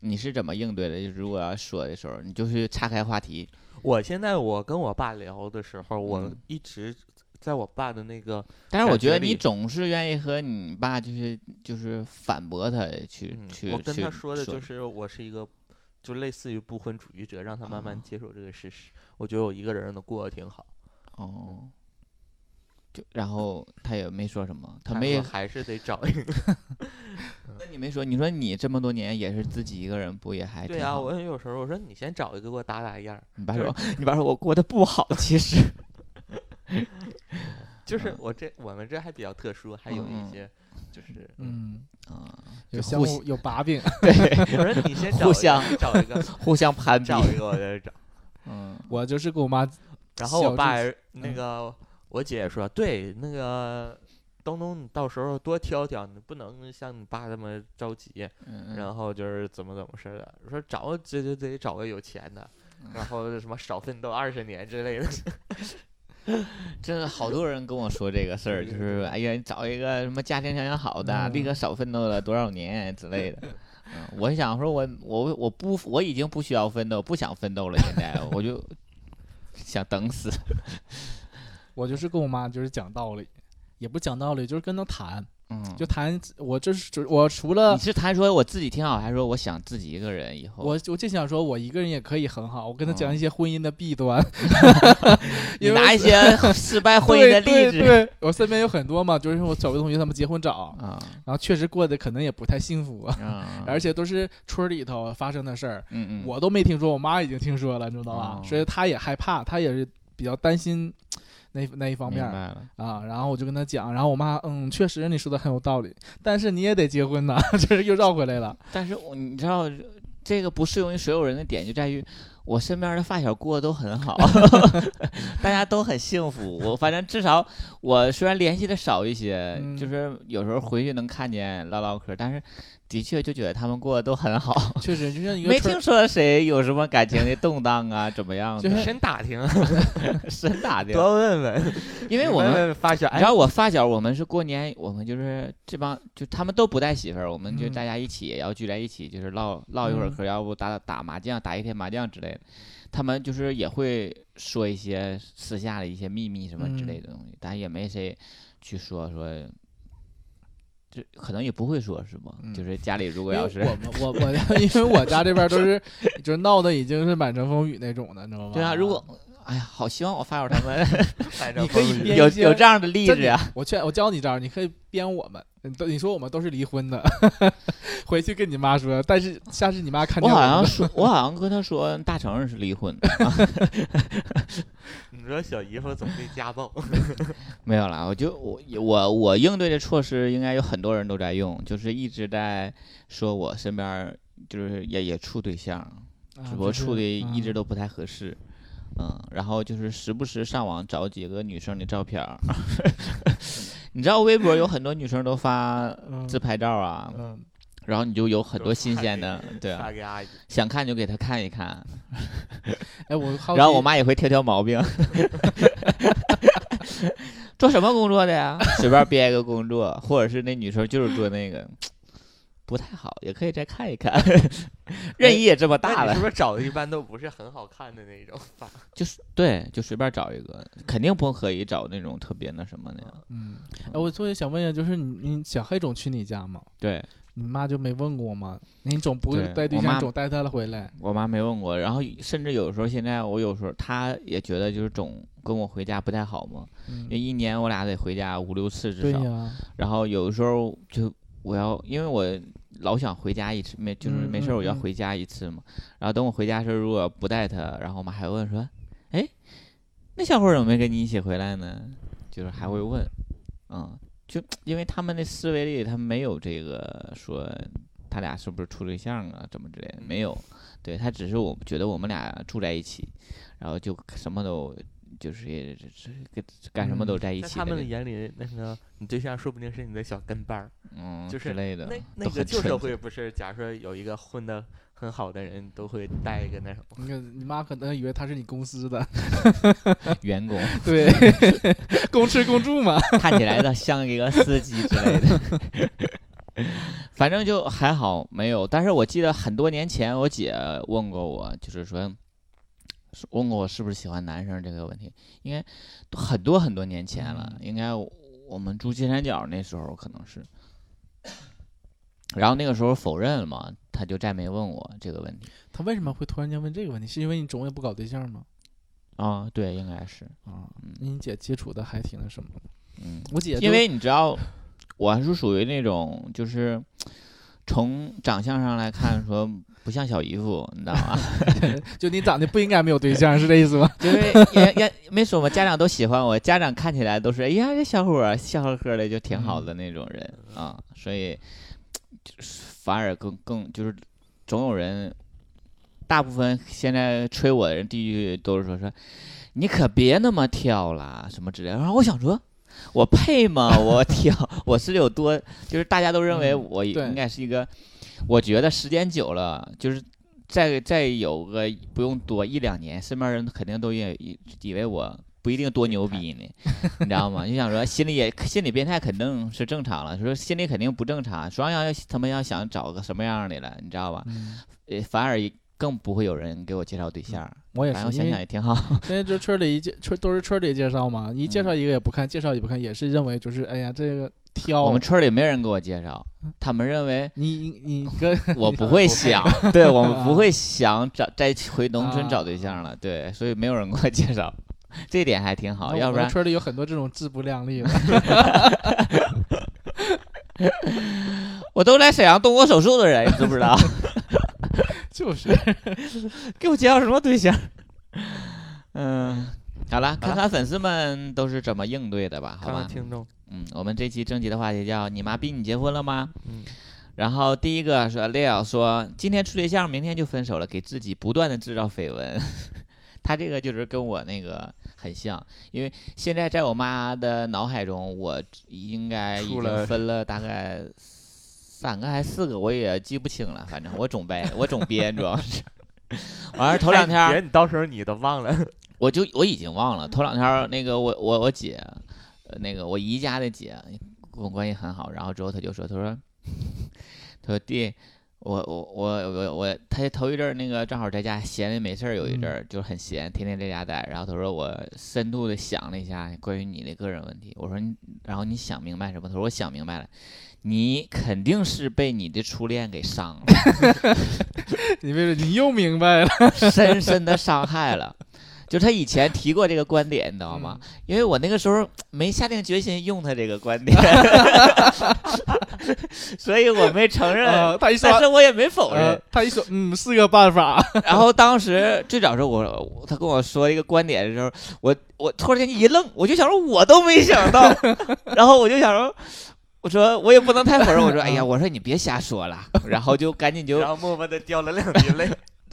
F: 你是怎么应对的？就是如果要说的时候，你就是岔开话题，
E: 我现在我跟我爸聊的时候，我
F: 嗯
E: 一直在我爸的那个
F: 但是我
E: 感
F: 觉得
E: 觉
F: 你
E: 里
F: 总是愿意和你爸就是就是反驳他去、
E: 嗯
F: 去，
E: 我跟
F: 去
E: 他说的就是我是一个，就类似于不婚主义者，让他慢慢
F: 啊
E: 接受这个事实。我觉得我一个人能过得挺好，
F: 哦，就然后他也没说什么，他
E: 但
F: 没
E: 我还是得找一个。
F: 那你没说，你说你这么多年也是自己一个人，不也还
E: 对
F: 挺
E: 啊，
F: 好
E: 我有时候我说你先找一个给我打打样儿，
F: 你爸
E: 就
F: 说你爸说我过得不好，
E: *laughs*
F: 其实
E: 就是我这我们这还比较特殊，还有
F: 嗯嗯嗯
E: 一些就是
G: 嗯，
F: 啊、就
G: 有相
F: 互
G: 互有
F: *laughs*
G: 把柄，
F: 对
E: 我说你先
F: 互
E: 找一
F: 相
E: 个，找一个，
F: 互相攀比
E: 找，
F: *laughs*
E: 一个，我再找。
F: 嗯，
G: 我就是跟我妈
E: 然后我
G: 小
E: 爸
G: 众
E: 儿那
G: 嗯
E: 个我姐也说，对那个东东，你到时候多挑挑，你不能像你爸那么着急。
F: 嗯嗯
E: 然后就是怎么怎么似的，说找这就得找个有钱的，
F: 嗯
E: 然后什么少奋斗二十年之
F: *laughs*
E: 类的。
F: 真的好多人跟我说这个事儿，就是哎呀，你找一个什么家庭条件好的，
G: 嗯
F: 立刻少奋斗了多少年之类的。嗯，我想说我，我我不我已经不需要奋斗，不想奋斗了，现在我就想等死。
G: 我就是跟我妈就是讲道理，也不讲道理，就是跟她谈，
F: 嗯，
G: 就呃谈我这是就我除了
F: 你是他说我自己挺好，还是说我想自己一个人以后？
G: 我我就想说，我一个人也可以很好，我跟她讲
F: 嗯
G: 一些婚姻的弊端，
F: 你
G: 因为
F: 拿一些失败婚姻的例
G: *laughs* 对对
F: 子
G: 对，我身边有很多嘛，就是我小学同学他们结婚早，
F: 啊
G: 然后确实过得可能也不太幸福，
F: 啊，
G: *laughs* 而且都是村里头发生的事儿，
F: 嗯嗯，
G: 我都没听说，我妈已经听说了，你知道吧？
F: 哦
G: 所以她也害怕，她也是比较担心那那一方
F: 明
G: 面
F: 白
G: 儿。
F: 了，
G: 啊，然后我就跟他讲，然后我妈，嗯，确实你说的很有道理，但是你也得结婚呐， *laughs* 这又绕回来了。
F: 但是我你知道这个不适用于所有人的点就在于。我身边的发小过得都很
G: *laughs*
F: 好， *laughs* 大家都很幸福。我反正至少我虽然联系的少一些，
G: 嗯
F: 就是有时候回去能看见唠唠嗑，但是的确就觉得他们过得都很好，
G: 确实，就像一个
F: 没
G: 村儿
F: 听，说谁有什么感情的动荡啊，怎么样
G: 就
F: 的，
G: 是
E: 先打听，
F: 深打的。 *laughs*
E: 多问问，
F: 因为我
E: 问
F: 们
E: 问发小，
F: 你
E: 哎
F: 知，道我发小，我们是过年，我们就是这帮，就他们都不带媳妇儿，我们就
G: 嗯
F: 大家一起，也要聚在一起，就是唠唠一会儿
G: 嗯
F: 嗑，要不打打麻将，打一天麻将之类的。他们就是也会说一些私下的一些秘密什么之类的东西，但也没谁去说说，这可能也不会说是吗？
G: 嗯
F: 就是家里如
G: 因
F: 果
G: 为
F: 要是
G: 我们我我， *laughs* 因为我家这边都是就是闹的已经是满城风雨那种的，你知道吗？
F: 对啊，如果哎呀，好希望我发小他们
E: 反正
G: 你可以
E: 风雨
G: 编
F: 有
G: 一些
F: 有这样的例
G: 真
F: 子呀、
G: 我劝我教你一招，你可以编我们，你都你说我们都是离婚的， *laughs* 回去跟你妈说，但是下次你妈看
F: 我
G: 见
F: 好
G: 们
F: 像
G: 了
F: 说，我好像跟他说大成是离婚的，
E: 你说小姨夫总被家暴，
F: 没有啦。我就我我我应对的措施，应该有很多人都在用，就是一直在说我身边儿就是也也处对象，
G: 啊
F: 只不过
G: 就是
F: 处的一直
G: 嗯
F: 都不太合适。嗯，然后就是时不时上网找几个女生的照片
G: *laughs*
F: 儿，你知道微博有很多女生都发
G: 嗯
F: 自拍照啊，
G: 嗯，
F: 然后你就有很
E: 都
F: 多
E: 发
F: 新鲜
E: 给
F: 的， *laughs* 对啊
E: 发，给阿姨。
F: 想看就给她看一看，
G: 哎，我好奇
F: 然后我妈也会挑挑毛病。 *laughs* 做什么工作的呀？随便编一个工作，或者是那女生就是做那个，不太好，也可以再看一看。 *laughs* 任意也这么大
E: 那你
F: 了
E: 是，不是找的一般都不是很好看的那种？发
F: 哎就是对，就随便找一个，肯定不可以找那种特别那什么的。
G: 嗯，哎，我特别想问一下，就是你你小黑总去你家吗？
F: 对
G: 你妈就没问过吗？你总不会
F: 对
G: 带对
F: 我
G: 象
F: 妈
G: 总带他了回来，
F: 我妈没问过，然后甚至有时候现在我有时候她也觉得就是总跟我回家不太好嘛，
G: 嗯
F: 因为一年我俩得回家五六次至
G: 对
F: 少。
G: 呀，
F: 然后有时候就我要，因为我老想回家一次，没就是
G: 嗯
F: 没事儿
G: 嗯
F: 我要
G: 嗯
F: 回家一次嘛。然后等我回家的时候，如果不带他，然后我妈还问说：“哎，那小伙儿怎么没跟你一起回来呢？”就是还会问，嗯，就因为他们的思维里，他们没有这个说他俩是不是处对象啊，怎么之类的，没有。对他只是我觉得我们俩住在一起，然后就什么都就是也这这这干什么
G: 嗯
F: 都在一
E: 在
F: 起
E: 他
F: 的那
E: 们的
F: 种，
E: 眼里，那个你对象说不定是你的小跟班儿。
F: 嗯，
E: 就
F: 之
E: 是
F: 类的，
E: 那
F: 都
E: 那个
F: 很
E: 旧
F: 纯
E: 社
F: 粹
E: 会不是，假如说有一个混的很好的人，都会带一个那什么。
G: 你看你妈可能以为他是你公
F: *laughs*
G: 司的，
E: *laughs*
F: 员工 *laughs*
G: 对，公吃公住嘛，
F: 看起来的像一个司机之类的。 *laughs* 反正就还好没有，但是我记得很多年前我姐问过我，就是说是问过我是不是喜欢男生这个问题，应该都很多很多年前了，
E: 嗯
F: 应该我我们住金三角那时候可能是，然后那个时候否认了嘛，她就再没问我这个问题
G: 他为什么会突然间问这个问题？是因为你总也不搞对象吗？
F: 啊、对，应该是，
G: 啊，
F: 嗯
G: 那你姐接触的还挺那什么的。
F: 嗯，
G: 我姐
F: 因
G: 都
F: 为你知道，我还是属于那种就是从长相上来看说不像小姨夫，你知道吗？
G: 就你长得不应该没有对象，是这意思吗？
F: 因为也也没说嘛，家长都喜欢我，家长看起来都是哎呀这小伙儿笑呵呵的就挺好的那种人啊，所以就是反而更更就是总有人。大部分现在吹我的人，第一句都是说说，你可别那么挑啦，什么之类的。然后我想说，我配吗？我挑，我是有多，就是大家都认为
G: 嗯
F: 我
G: 对
F: 应该是一个，我觉得时间久了，就是再再有个不用多一两年，身边人肯定都也以以为我不一定多牛逼呢，你知道吗？就想说心里也心理变态肯定是正常了，说心理肯定不正常，说要要他们要想找个什么样的了，你知道吧？
G: 嗯，
F: 呃，反而更不会有人给我介绍对象儿。
G: *laughs* 我也
F: 反正我
G: 是，
F: 想
G: 因为
F: 想也挺好。
G: 现在就村里一介村都是村里介绍嘛，
F: 嗯
G: 一介绍一个也不看，介绍也不看，也是认为就是哎呀这个挑
F: 我们村儿里没人给我介绍，他们认为
G: 你你 *laughs* 你跟
F: 我不会想， *laughs* 对我们
G: 啊
F: 不会想找再回农村找对
G: 啊
F: 象了，对，所以没有人给我介绍，这一点还挺 *laughs* 好。
G: 那
F: 要
G: *laughs* 我
F: 不
G: 们
F: 然
G: 村里有很多这种自不量
F: *laughs*
G: 力的，
F: 我都来沈阳动过手术的人，你知不知道？
G: 就是
F: 给我介绍什么对象？嗯，好了，看看粉丝们都是怎么应对的吧，好
E: 看
F: 吧
E: 看。听众，
F: 嗯，我们这期征集的话题叫“你妈逼你结婚了吗
E: 嗯，”。
F: 然后第一个说 Leo 说今天处对象，明天就分手了，给自己不断的制造绯闻。 *laughs* 他这个就是跟我那个很像，因为现在在我妈的脑海中，我应该已
E: 出了
F: 经分了大概三个还是四个，我也记不清了，反正我总掰，我总编，主要是。 *laughs* 完了头两天
E: 哎
F: 儿
E: 别你到时候你都忘了。
F: 我就我已经忘了，头两天儿那个我我我姐，呃那个我姨家的姐跟我关系很好，然后之后她就说，她说， *laughs* 她说弟，我我我我我，她头一阵儿那个正好在家闲的没事儿，有一阵儿就很闲，天天在家待，然后她说我深度的想了一下关于你的个人问题，我说你，然后你想明白什么？她说我想明白了，你肯定是被你的初恋给伤了。 *laughs*
G: 你为了你又明白了，
F: 深深的伤害了。就是他以前提过这个观点，你知道吗？因为我那个时候没下定决心用他这个观点，所以我没承认，
G: 呃，他一说
F: 但是我也没否认
G: 呃。，他一说，嗯，是个办法。
F: 然后当时最早是我我他跟我说一个观点的时候，我我突然间一愣，我就想说我都没想到，然后我就想说。我说我也不能太否认，我说哎呀，我说你别瞎说了，然后就赶紧就
E: 然后默默的掉了两滴泪。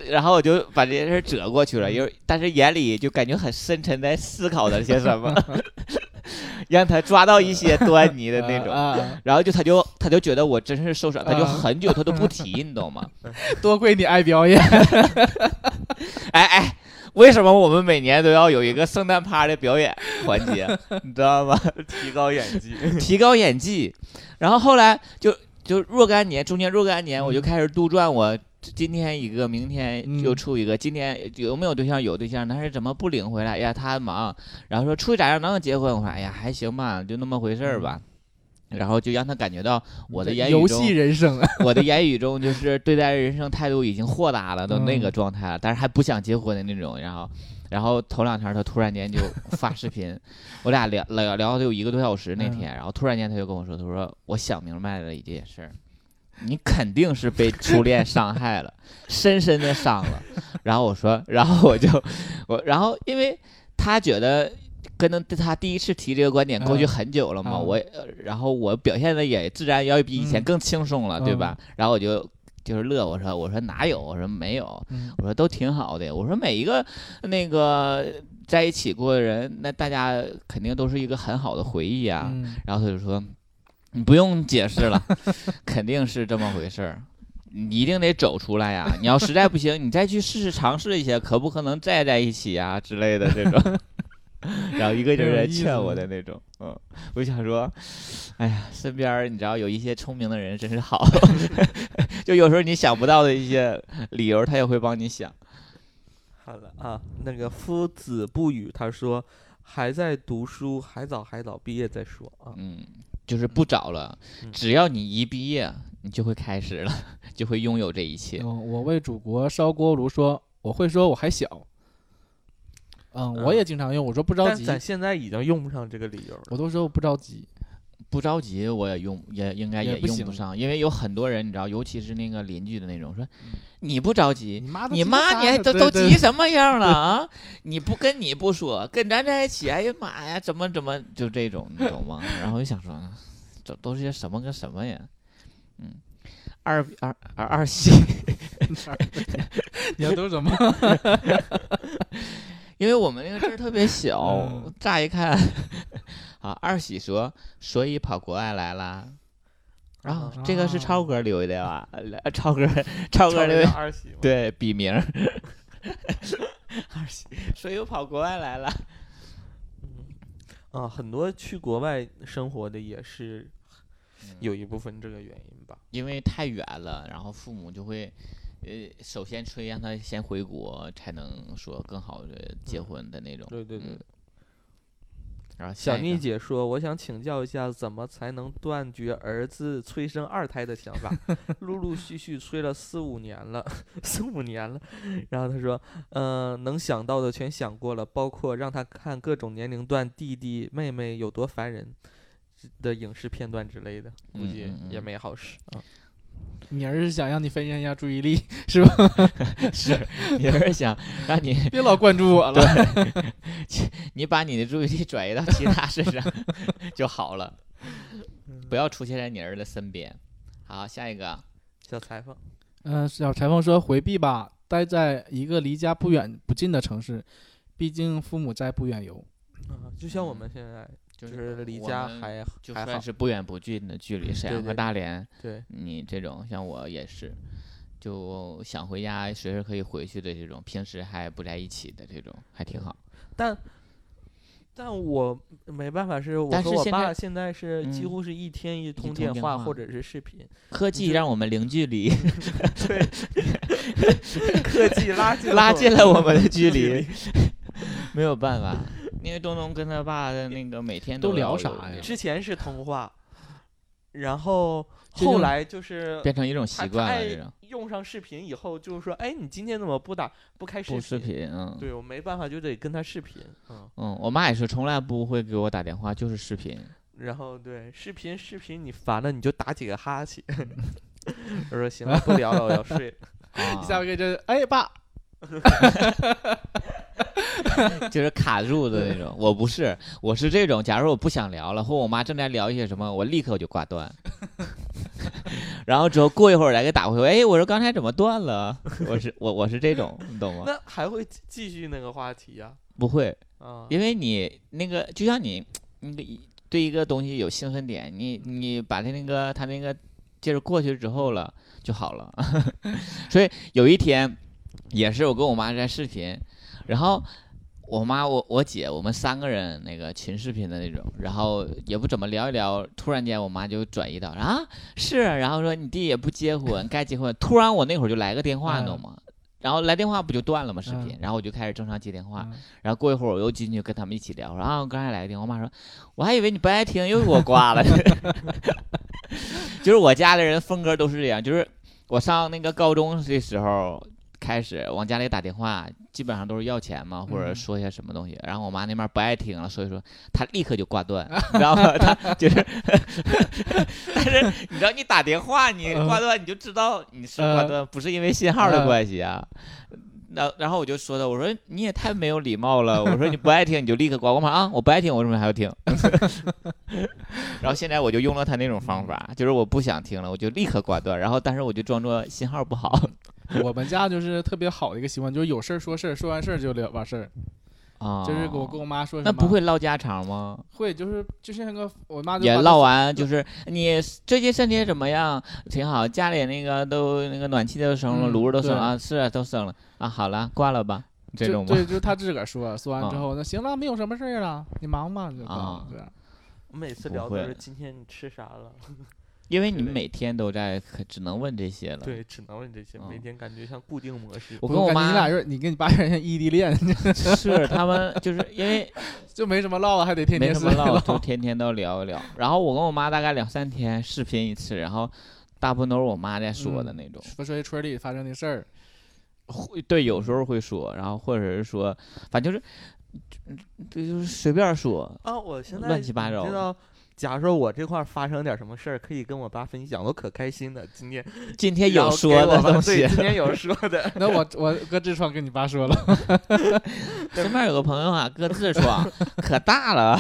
F: 然后我就把这件事折过去了，
G: 嗯
F: 因为但是眼里就感觉很深沉，在思考着些什
G: *laughs*
F: 么， *laughs* 让他抓到一些端倪的那种。
G: 啊，
F: 然后就他就他就觉得我真是受伤，他就
G: 啊
F: 很久他都不提，你懂
G: *laughs*
F: 吗？
G: 多亏你爱表演，
F: 哎哎，为什么我们每年都要有一个圣诞趴的表演环
G: *laughs*
F: 节？你知道吗？
E: 提高演技。 *laughs*
F: 提高演技。然后后来就就若干年，中间若干
G: 嗯
F: 年，我就开始杜撰我。今天一个，明天又
G: 嗯
F: 出一个。今天有没有对象？有对象，但是怎么不领回来哎呀？他忙，然后说出去咋样能结婚？我说哎呀还行吧，就那么回事儿吧。然后就让他感觉到 *laughs* 我的言语
G: 嗯游
F: 中啊
G: 戏人生，
F: 我的言语中就是对待人生态度已经豁达了，都那个
G: 嗯
F: 状态了，但是还不想结婚的那种。然后，然后头两天他突然间就发视频， *laughs* 我俩聊聊聊了有一个多小时
G: 嗯
F: 那天，然后突然间他就跟我说，他说我想明白了一件事儿，你肯定是被初恋伤害了，深深的伤了。然后我说，然后我就我，然后因为他觉得。跟他他第一次提这个观点过去
G: 嗯
F: 很久了嘛，
G: 嗯
F: 我也呃然后我表现的也自然要比以前
G: 嗯
F: 更轻松了，对
G: 嗯
F: 吧？然后我就就是乐，我说我说哪有，我说没有，
G: 嗯
F: 我说都挺好的，我说每一个那个在一起过的人，那大家肯定都是一个很好的回忆啊。
G: *laughs* 嗯
F: 然后他就说，你不用解释了， *laughs* 肯定是这么回事儿。你一定得走出来呀、你要实在不行，你再去试试尝试一下，可不可能再在一起呀、之类的这种。 *laughs* 然后一个劲儿
G: 挺有
F: 在
G: 意思
F: 劝我
G: 的
F: 的那种，嗯，我想说，哎呀，身边儿你知道有一些聪明的人真是好， *laughs* 就有时候你想不到的一些理由，他也会帮你想。
E: 好了啊，那个夫子不语，他说还在读书，还早还早，毕业再说啊。
F: 嗯，就是不早了，
E: 嗯
F: 只要你一毕业，你就会开始了，就会拥有这一切。
G: 嗯，我为祖国烧锅炉说，我会说我还小。嗯，我
E: 嗯
G: 也经常用，我说不着
E: 但
G: 急，
E: 咱现在已经用不上这个理由了。
G: 我都说我不着急。
F: 不着急，我也用也应该
G: 也
F: 也
G: 不
F: 用
G: 行
F: 不上，因为有很多人你知道，尤其是那个邻居的那种说，你不着急。
G: 妈
F: 嗯你妈，你还都都 *laughs* 急什么样了啊？你不跟你不说，跟咱在一起，哎呀妈呀，怎么怎么就这种，你懂吗？然后我就想说，这都是些什么跟什么呀？嗯，二二二二喜，
G: 你还
F: *laughs*
G: 都什么？
F: 因为我们那个字儿特 *laughs* 别小
G: 嗯，
F: 乍一看， *laughs* 啊，二喜说，所以跑国外来啦。然后这个是超哥留的吧？呃超哥，哦超哥留
E: 的
F: 的，
E: 二喜嘛，
F: 对笔名 *laughs* 儿。二喜，所以我跑国外来了。
E: 嗯啊，很多去国外生活的也是
F: 嗯
E: 有一部分这个原因吧。
F: 因为太远了，然后父母就会，呃，首先催让他先回国，才能说更好的结婚的那种。
E: 对对对
F: 嗯然后
E: 小
F: 下一
E: 妮
F: 个
E: 姐说：“我想请教一下，怎么才能断绝儿子催生二胎的想法？陆陆续续催了四五年了，四五年了。”然后她说：“嗯、能想到的全想过了，包括让他看各种年龄段弟弟妹妹有多烦人的影视片段之类的，估
F: 嗯
E: 计
F: 嗯
E: 也
F: 嗯
E: 没好使啊。
G: 你儿子想让你分散一下注意力，是吧？
F: 是，也是想让你
G: 别老关注我了。
F: 你把你的注意力转移到其他身上就好了，
E: 嗯
F: 不要出现在你儿子身边。好，下一个，
E: 小裁缝，
G: 嗯，小裁缝说回避吧，待在一个离家不远不近的城市，毕竟父母在不远游。
E: 啊，就像我们现在
F: 就
E: 就是离
F: 嗯我
E: 家
F: 们
E: 还
F: 就
E: 还好
F: 算，是不远不近的距离，沈
E: 对
F: 阳和
E: 对
F: 大连，
E: 对，
F: 你这种像我也是，就想回家随时可以回去的这种，平时还不在一起的这种，还挺
E: 嗯
F: 好。
E: 但但我没办法，是我
F: 但
E: 和
F: 是
E: 我
F: 现在
E: 爸现在是几
F: 嗯
E: 乎是一天一通
F: 通
E: 电
F: 电
E: 话
F: 话
E: 或者是视
F: *laughs*
E: 频，
F: 科技
E: 这
F: 让我们零距离，
E: 科技拉
F: *laughs*
E: 近
F: 拉
E: 我
F: 近了我们的
E: 距
F: 距 *laughs* 离。没有办 *laughs* 法，因为东东跟他爸的那个每天
G: 都聊
F: 要
G: 啥
F: 有
G: 呀
F: 那
E: 之前是通话，然后
F: 这就
E: 后来就是
F: 变成一种
E: 他
F: 习惯
E: 他
F: 了，
E: 爱
F: 这种
E: 用上视频以后，就是说，哎，你今天怎么不打不开
F: 不视频，嗯，
E: 对我没办法，就得跟他视频，嗯，
F: 嗯，我妈也是从来不会给我打电话，就是视 *laughs* 频。
E: 然后对视频视频，你烦了你就打几个哈
F: *laughs*
E: 欠。我说行了，不聊了，我要睡了。
F: 啊 *laughs*
G: 你下回给这哎爸，
F: 就是卡住的那种。 *laughs* 我不是，我是这种。假如我不想聊了，或我妈正在聊一些什么，我立刻我就挂 *laughs* 断。然后之后过一会儿来给打回去，哎，我说刚才怎么断了？ *laughs* 我是我我是这种，你懂吗？
E: 那还会继继续那个话题呀、
F: 不会，
E: 啊？
F: 因为你那个就像你那个一对一个东西有兴奋点，你你把它那个它那个劲儿过去之后了就好了。 *laughs* 所以有一天也是我跟我妈在视频，然后我妈我我姐我们三个人那个群视频的那种，然后也不怎么聊一聊，突然间我妈就转移到啊是，然后说你弟也不结婚，该结婚。突然我那会儿就来个电话，你懂吗？然后来电话不就断了吗？视频，然后我就开始正常接电话，
G: 嗯
F: 然后过一会儿我又进去跟他们一起聊，我说啊，我刚才来个电话，我妈说我还以为你不爱听，又给我挂了。
G: *laughs*
F: *laughs* 就是我家里人风格都是这样，就是我上那个高中的时候开始往家里打电话，基本上都是要钱嘛，或者
G: 嗯
F: 说一些什么东西，然后我妈那边不爱听了，所以说她立刻就挂断， *laughs* 你知道吗？她就是， *laughs* 但是你知道你打电话你挂断你就知道你是挂断，不是因为 *laughs* 信号的
G: 嗯
F: 关系啊。那然后我就说的，我说你也太没有礼貌
G: *laughs*
F: 了，我说你不爱听你就立刻挂，我妈啊我不爱听，我为什么还要听？然后现在我就用了他那种方法，
G: 嗯
F: 就是我不想听了，我就立刻挂断，然后但是我就装作信号
G: *laughs*
F: 不好，
G: 我们家就是特别好的一个习惯，就是有事儿说事儿，说完事儿就聊完事儿。
F: 啊，
G: 就是我跟我妈说什
F: 那
G: 么，
F: 不会唠家常吗？
G: 会就是就像个我妈就
F: 也
G: 把
F: 唠完就是你最近身体怎么样？挺好，家里那个都那个暖气都升了，
G: 嗯
F: 炉子都升
G: 对
F: 啊，是啊，都升了啊，好了，挂了吧，这
G: 就
F: 种吗
G: 对，？就是她自个儿说，说完之后，那行了，没有什么事儿了，你忙吧，就
F: 啊
G: 对，
E: 我每次
F: 不
E: 聊都
F: 会
E: 是今天你吃啥了，
F: 因为你
E: 对
F: 每天都在，可只能问这些了。
E: 对，只能问这些，每
F: 嗯
E: 天感觉像固定模式。
F: 我
G: 不
F: 跟我
G: 感觉
F: 妈
G: 你俩有点你跟你爸有点像异地恋， *laughs*
F: *laughs* 是他们就是因 *laughs* 为
G: 就没什么唠了，还得天
F: 没
G: 天
F: 什
G: 是
F: 么唠，就天天都聊一聊。然后我跟我妈大概两三天视频一次，然后大部分都是我妈在说的
G: 嗯
F: 那种。
G: 说说村里发生的事儿，
F: 会对，有时候会说，然后或者是说，反正就是，这就是随便说。
E: 啊，我现在
F: 乱七八
E: 你
F: 糟
E: 知
F: 的
E: 道，假如说我这块儿发生点什么事儿，可以跟我爸分享，我可开心的。今天
F: 今天
E: 然
F: 有
E: 后
F: 说
E: 给我
F: 的
E: 爸
F: 东
E: 对
F: 西，
E: 今天有说
F: *laughs*
E: 的，
G: 那我我搁痔疮跟你爸说了，
F: 身边有个朋友啊，搁
E: *laughs*
F: 痔疮可大了，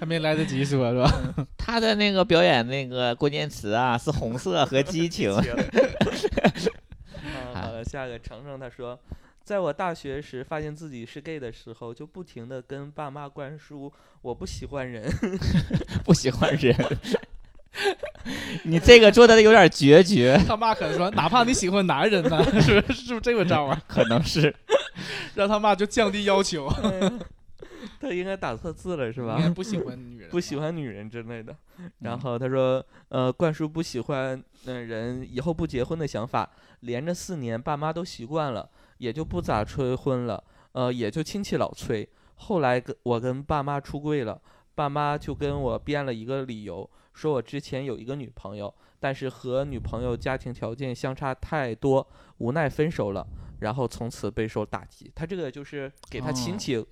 G: 还没来得及说是吧？ *laughs*
F: 他的那个表演那个关键词啊是红色和激情。
E: 啊，好了，下一个程程他说，在我大学时发现自己是 gay 的时候，就不停的跟爸妈灌输我不喜欢
F: *laughs*
E: 人。
F: *laughs*
E: *laughs*
F: 不喜欢人。 *laughs* 你这个做的有点决绝，
G: 他妈可能说，哪怕你喜欢男人呢， *laughs* 是不是？是不是这个招啊？
F: 可
E: *laughs*
F: 能是
G: 让他妈就降低要求，
E: 他应该打错字了是
G: 是
E: 吧？
G: 不喜
F: *laughs*
G: 欢女人，
E: 不喜欢女人之类的。
F: 啊嗯
E: 然后他说，呃，灌输不喜欢嗯、人以后不结婚的想法，连着四年，爸妈都习惯了，也就不咋催婚了，呃，也就亲戚老催。后来跟我跟爸妈出柜了，爸妈就跟我编了一个理由，说我之前有一个女朋友，但是和女朋友家庭条件相差太多，无奈分手了。然后从此备受打击，他这个就是给他
F: 哦
E: 亲戚，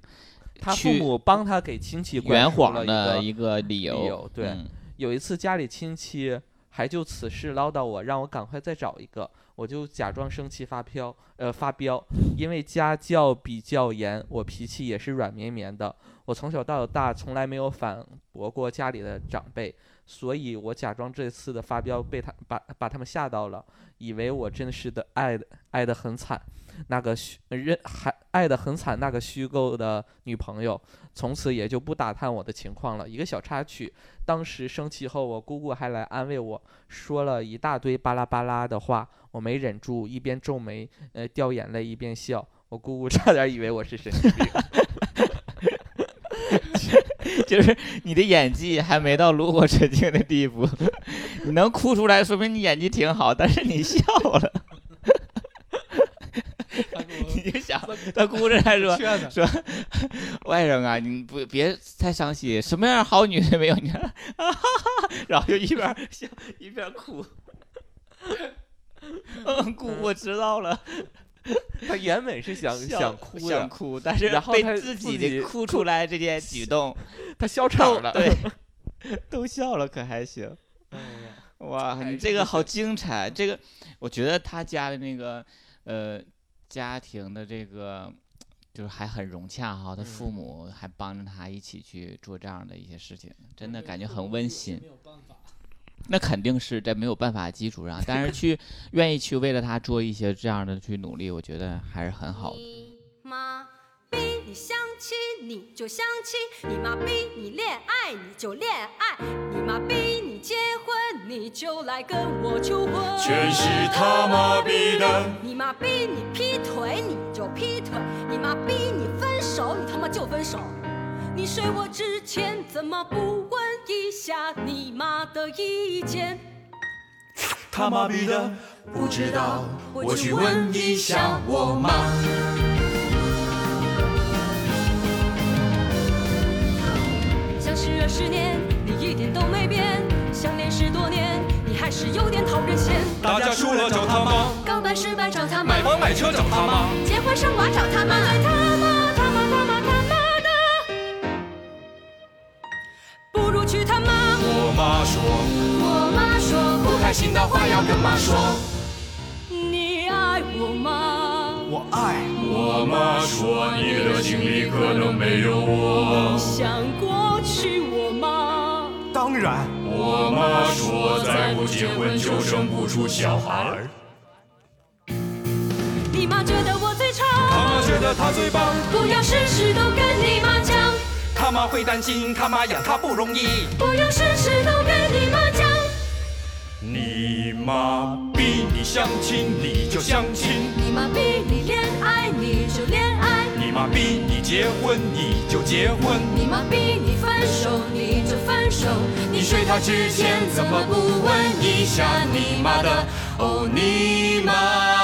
E: 他父
F: 去
E: 母帮他给亲戚灌
F: 圆
E: 输
F: 谎
E: 了一
F: 的
E: 个
F: 一个理由。
E: 理由对
F: 嗯 *laughs*
E: 有一次家里亲戚还就此事唠叨我，让我赶快再找一个，我就假装生气发飙，呃发飙，因为家教比较严，我脾气也是软绵绵的，我从小到大从来没有反驳过家里的长辈，所以我假装这次的发飙被他把把他们吓到了，以为我真是的爱的爱的很惨，那个虚呃认还爱的很惨那个虚构的女朋友，从此也就不打探我的情况了。一个小插曲，当时生气后，我姑姑还来安慰我，说了一大堆巴拉巴拉的话，我没忍住，一边皱眉，呃，掉眼泪，一边笑。我姑姑差点以为我是
F: *laughs*
E: 神经病。
F: 就是你的演技还没到炉火纯青的地步， *laughs* 你能哭出来，说明你演技挺好，但是你笑
E: *laughs*
F: 了，
E: 嗯
F: 你就想他哭着
E: *laughs*
F: 还
G: *laughs*
F: 说
G: 劝的，
F: 外甥啊，你不别太伤心，什么样好女人没有你看啊哈哈哈， *laughs* 然后就一边儿笑一边儿哭。 *laughs* 嗯，哭，我知道了，
E: 他原本是想
F: 笑
E: 想哭
F: 想
E: 的，
F: 哭，但是
E: 然后
F: 被
E: 他
F: 自己
E: 自
F: 的
E: 己
F: 哭出来这件举动，
E: 他笑
F: 都
E: 场了。
F: 对，都笑了，可还行。哇，你这个好精彩！这个，我觉得他家的那个，呃，家庭的这个，就是还很融洽哈。他父
E: 嗯
F: 母还帮着他一起去做这样的一些事情，真的感觉很温馨。那肯定是在没有办法的基础上，但是去愿意去为了他做一些这样的去努力，我觉得还是很好的。
H: 你妈逼你相亲，你就相亲；你妈逼你恋爱，你就恋爱；你妈逼你结婚，你就来跟我求婚。
A: 全是他妈逼的！
H: 你妈逼你劈腿，你就劈腿；你妈逼你分手，你他妈就分手。你睡我之前怎么不问一下你妈的意见？
A: 他妈逼的！不知道，我去问一下我妈。
H: 相识二十年，你一点都没变；相恋十多年，你还是有点讨人嫌。
A: 打架输了找他妈，
H: 告白失败找他妈
A: 买，房买车找他妈。
H: 结婚生娃找他妈，对他妈他妈他妈他妈的，不如娶他妈。
A: 我妈说。
H: 我妈说不
A: 开心的话要跟妈说。
H: 你爱我吗？
A: 我爱我妈说，你的经历可能没有我。
H: 想过娶我吗？
A: 当然，我妈说，再不结婚就生不出小孩儿。
H: 你妈觉得我最丑，
A: 他妈觉得他最棒，
H: 不要事事都跟你妈讲，
A: 他妈会担心，他妈养他不容易。
H: 不要事事都跟你妈讲。
A: 你妈逼你相亲，你就相亲；
H: 你妈逼你恋爱，你就恋爱；
A: 你妈逼你结婚，你就结婚。
H: 你妈逼你分手，你就分手。你睡她之前怎么不问一下你妈的？哦，你妈。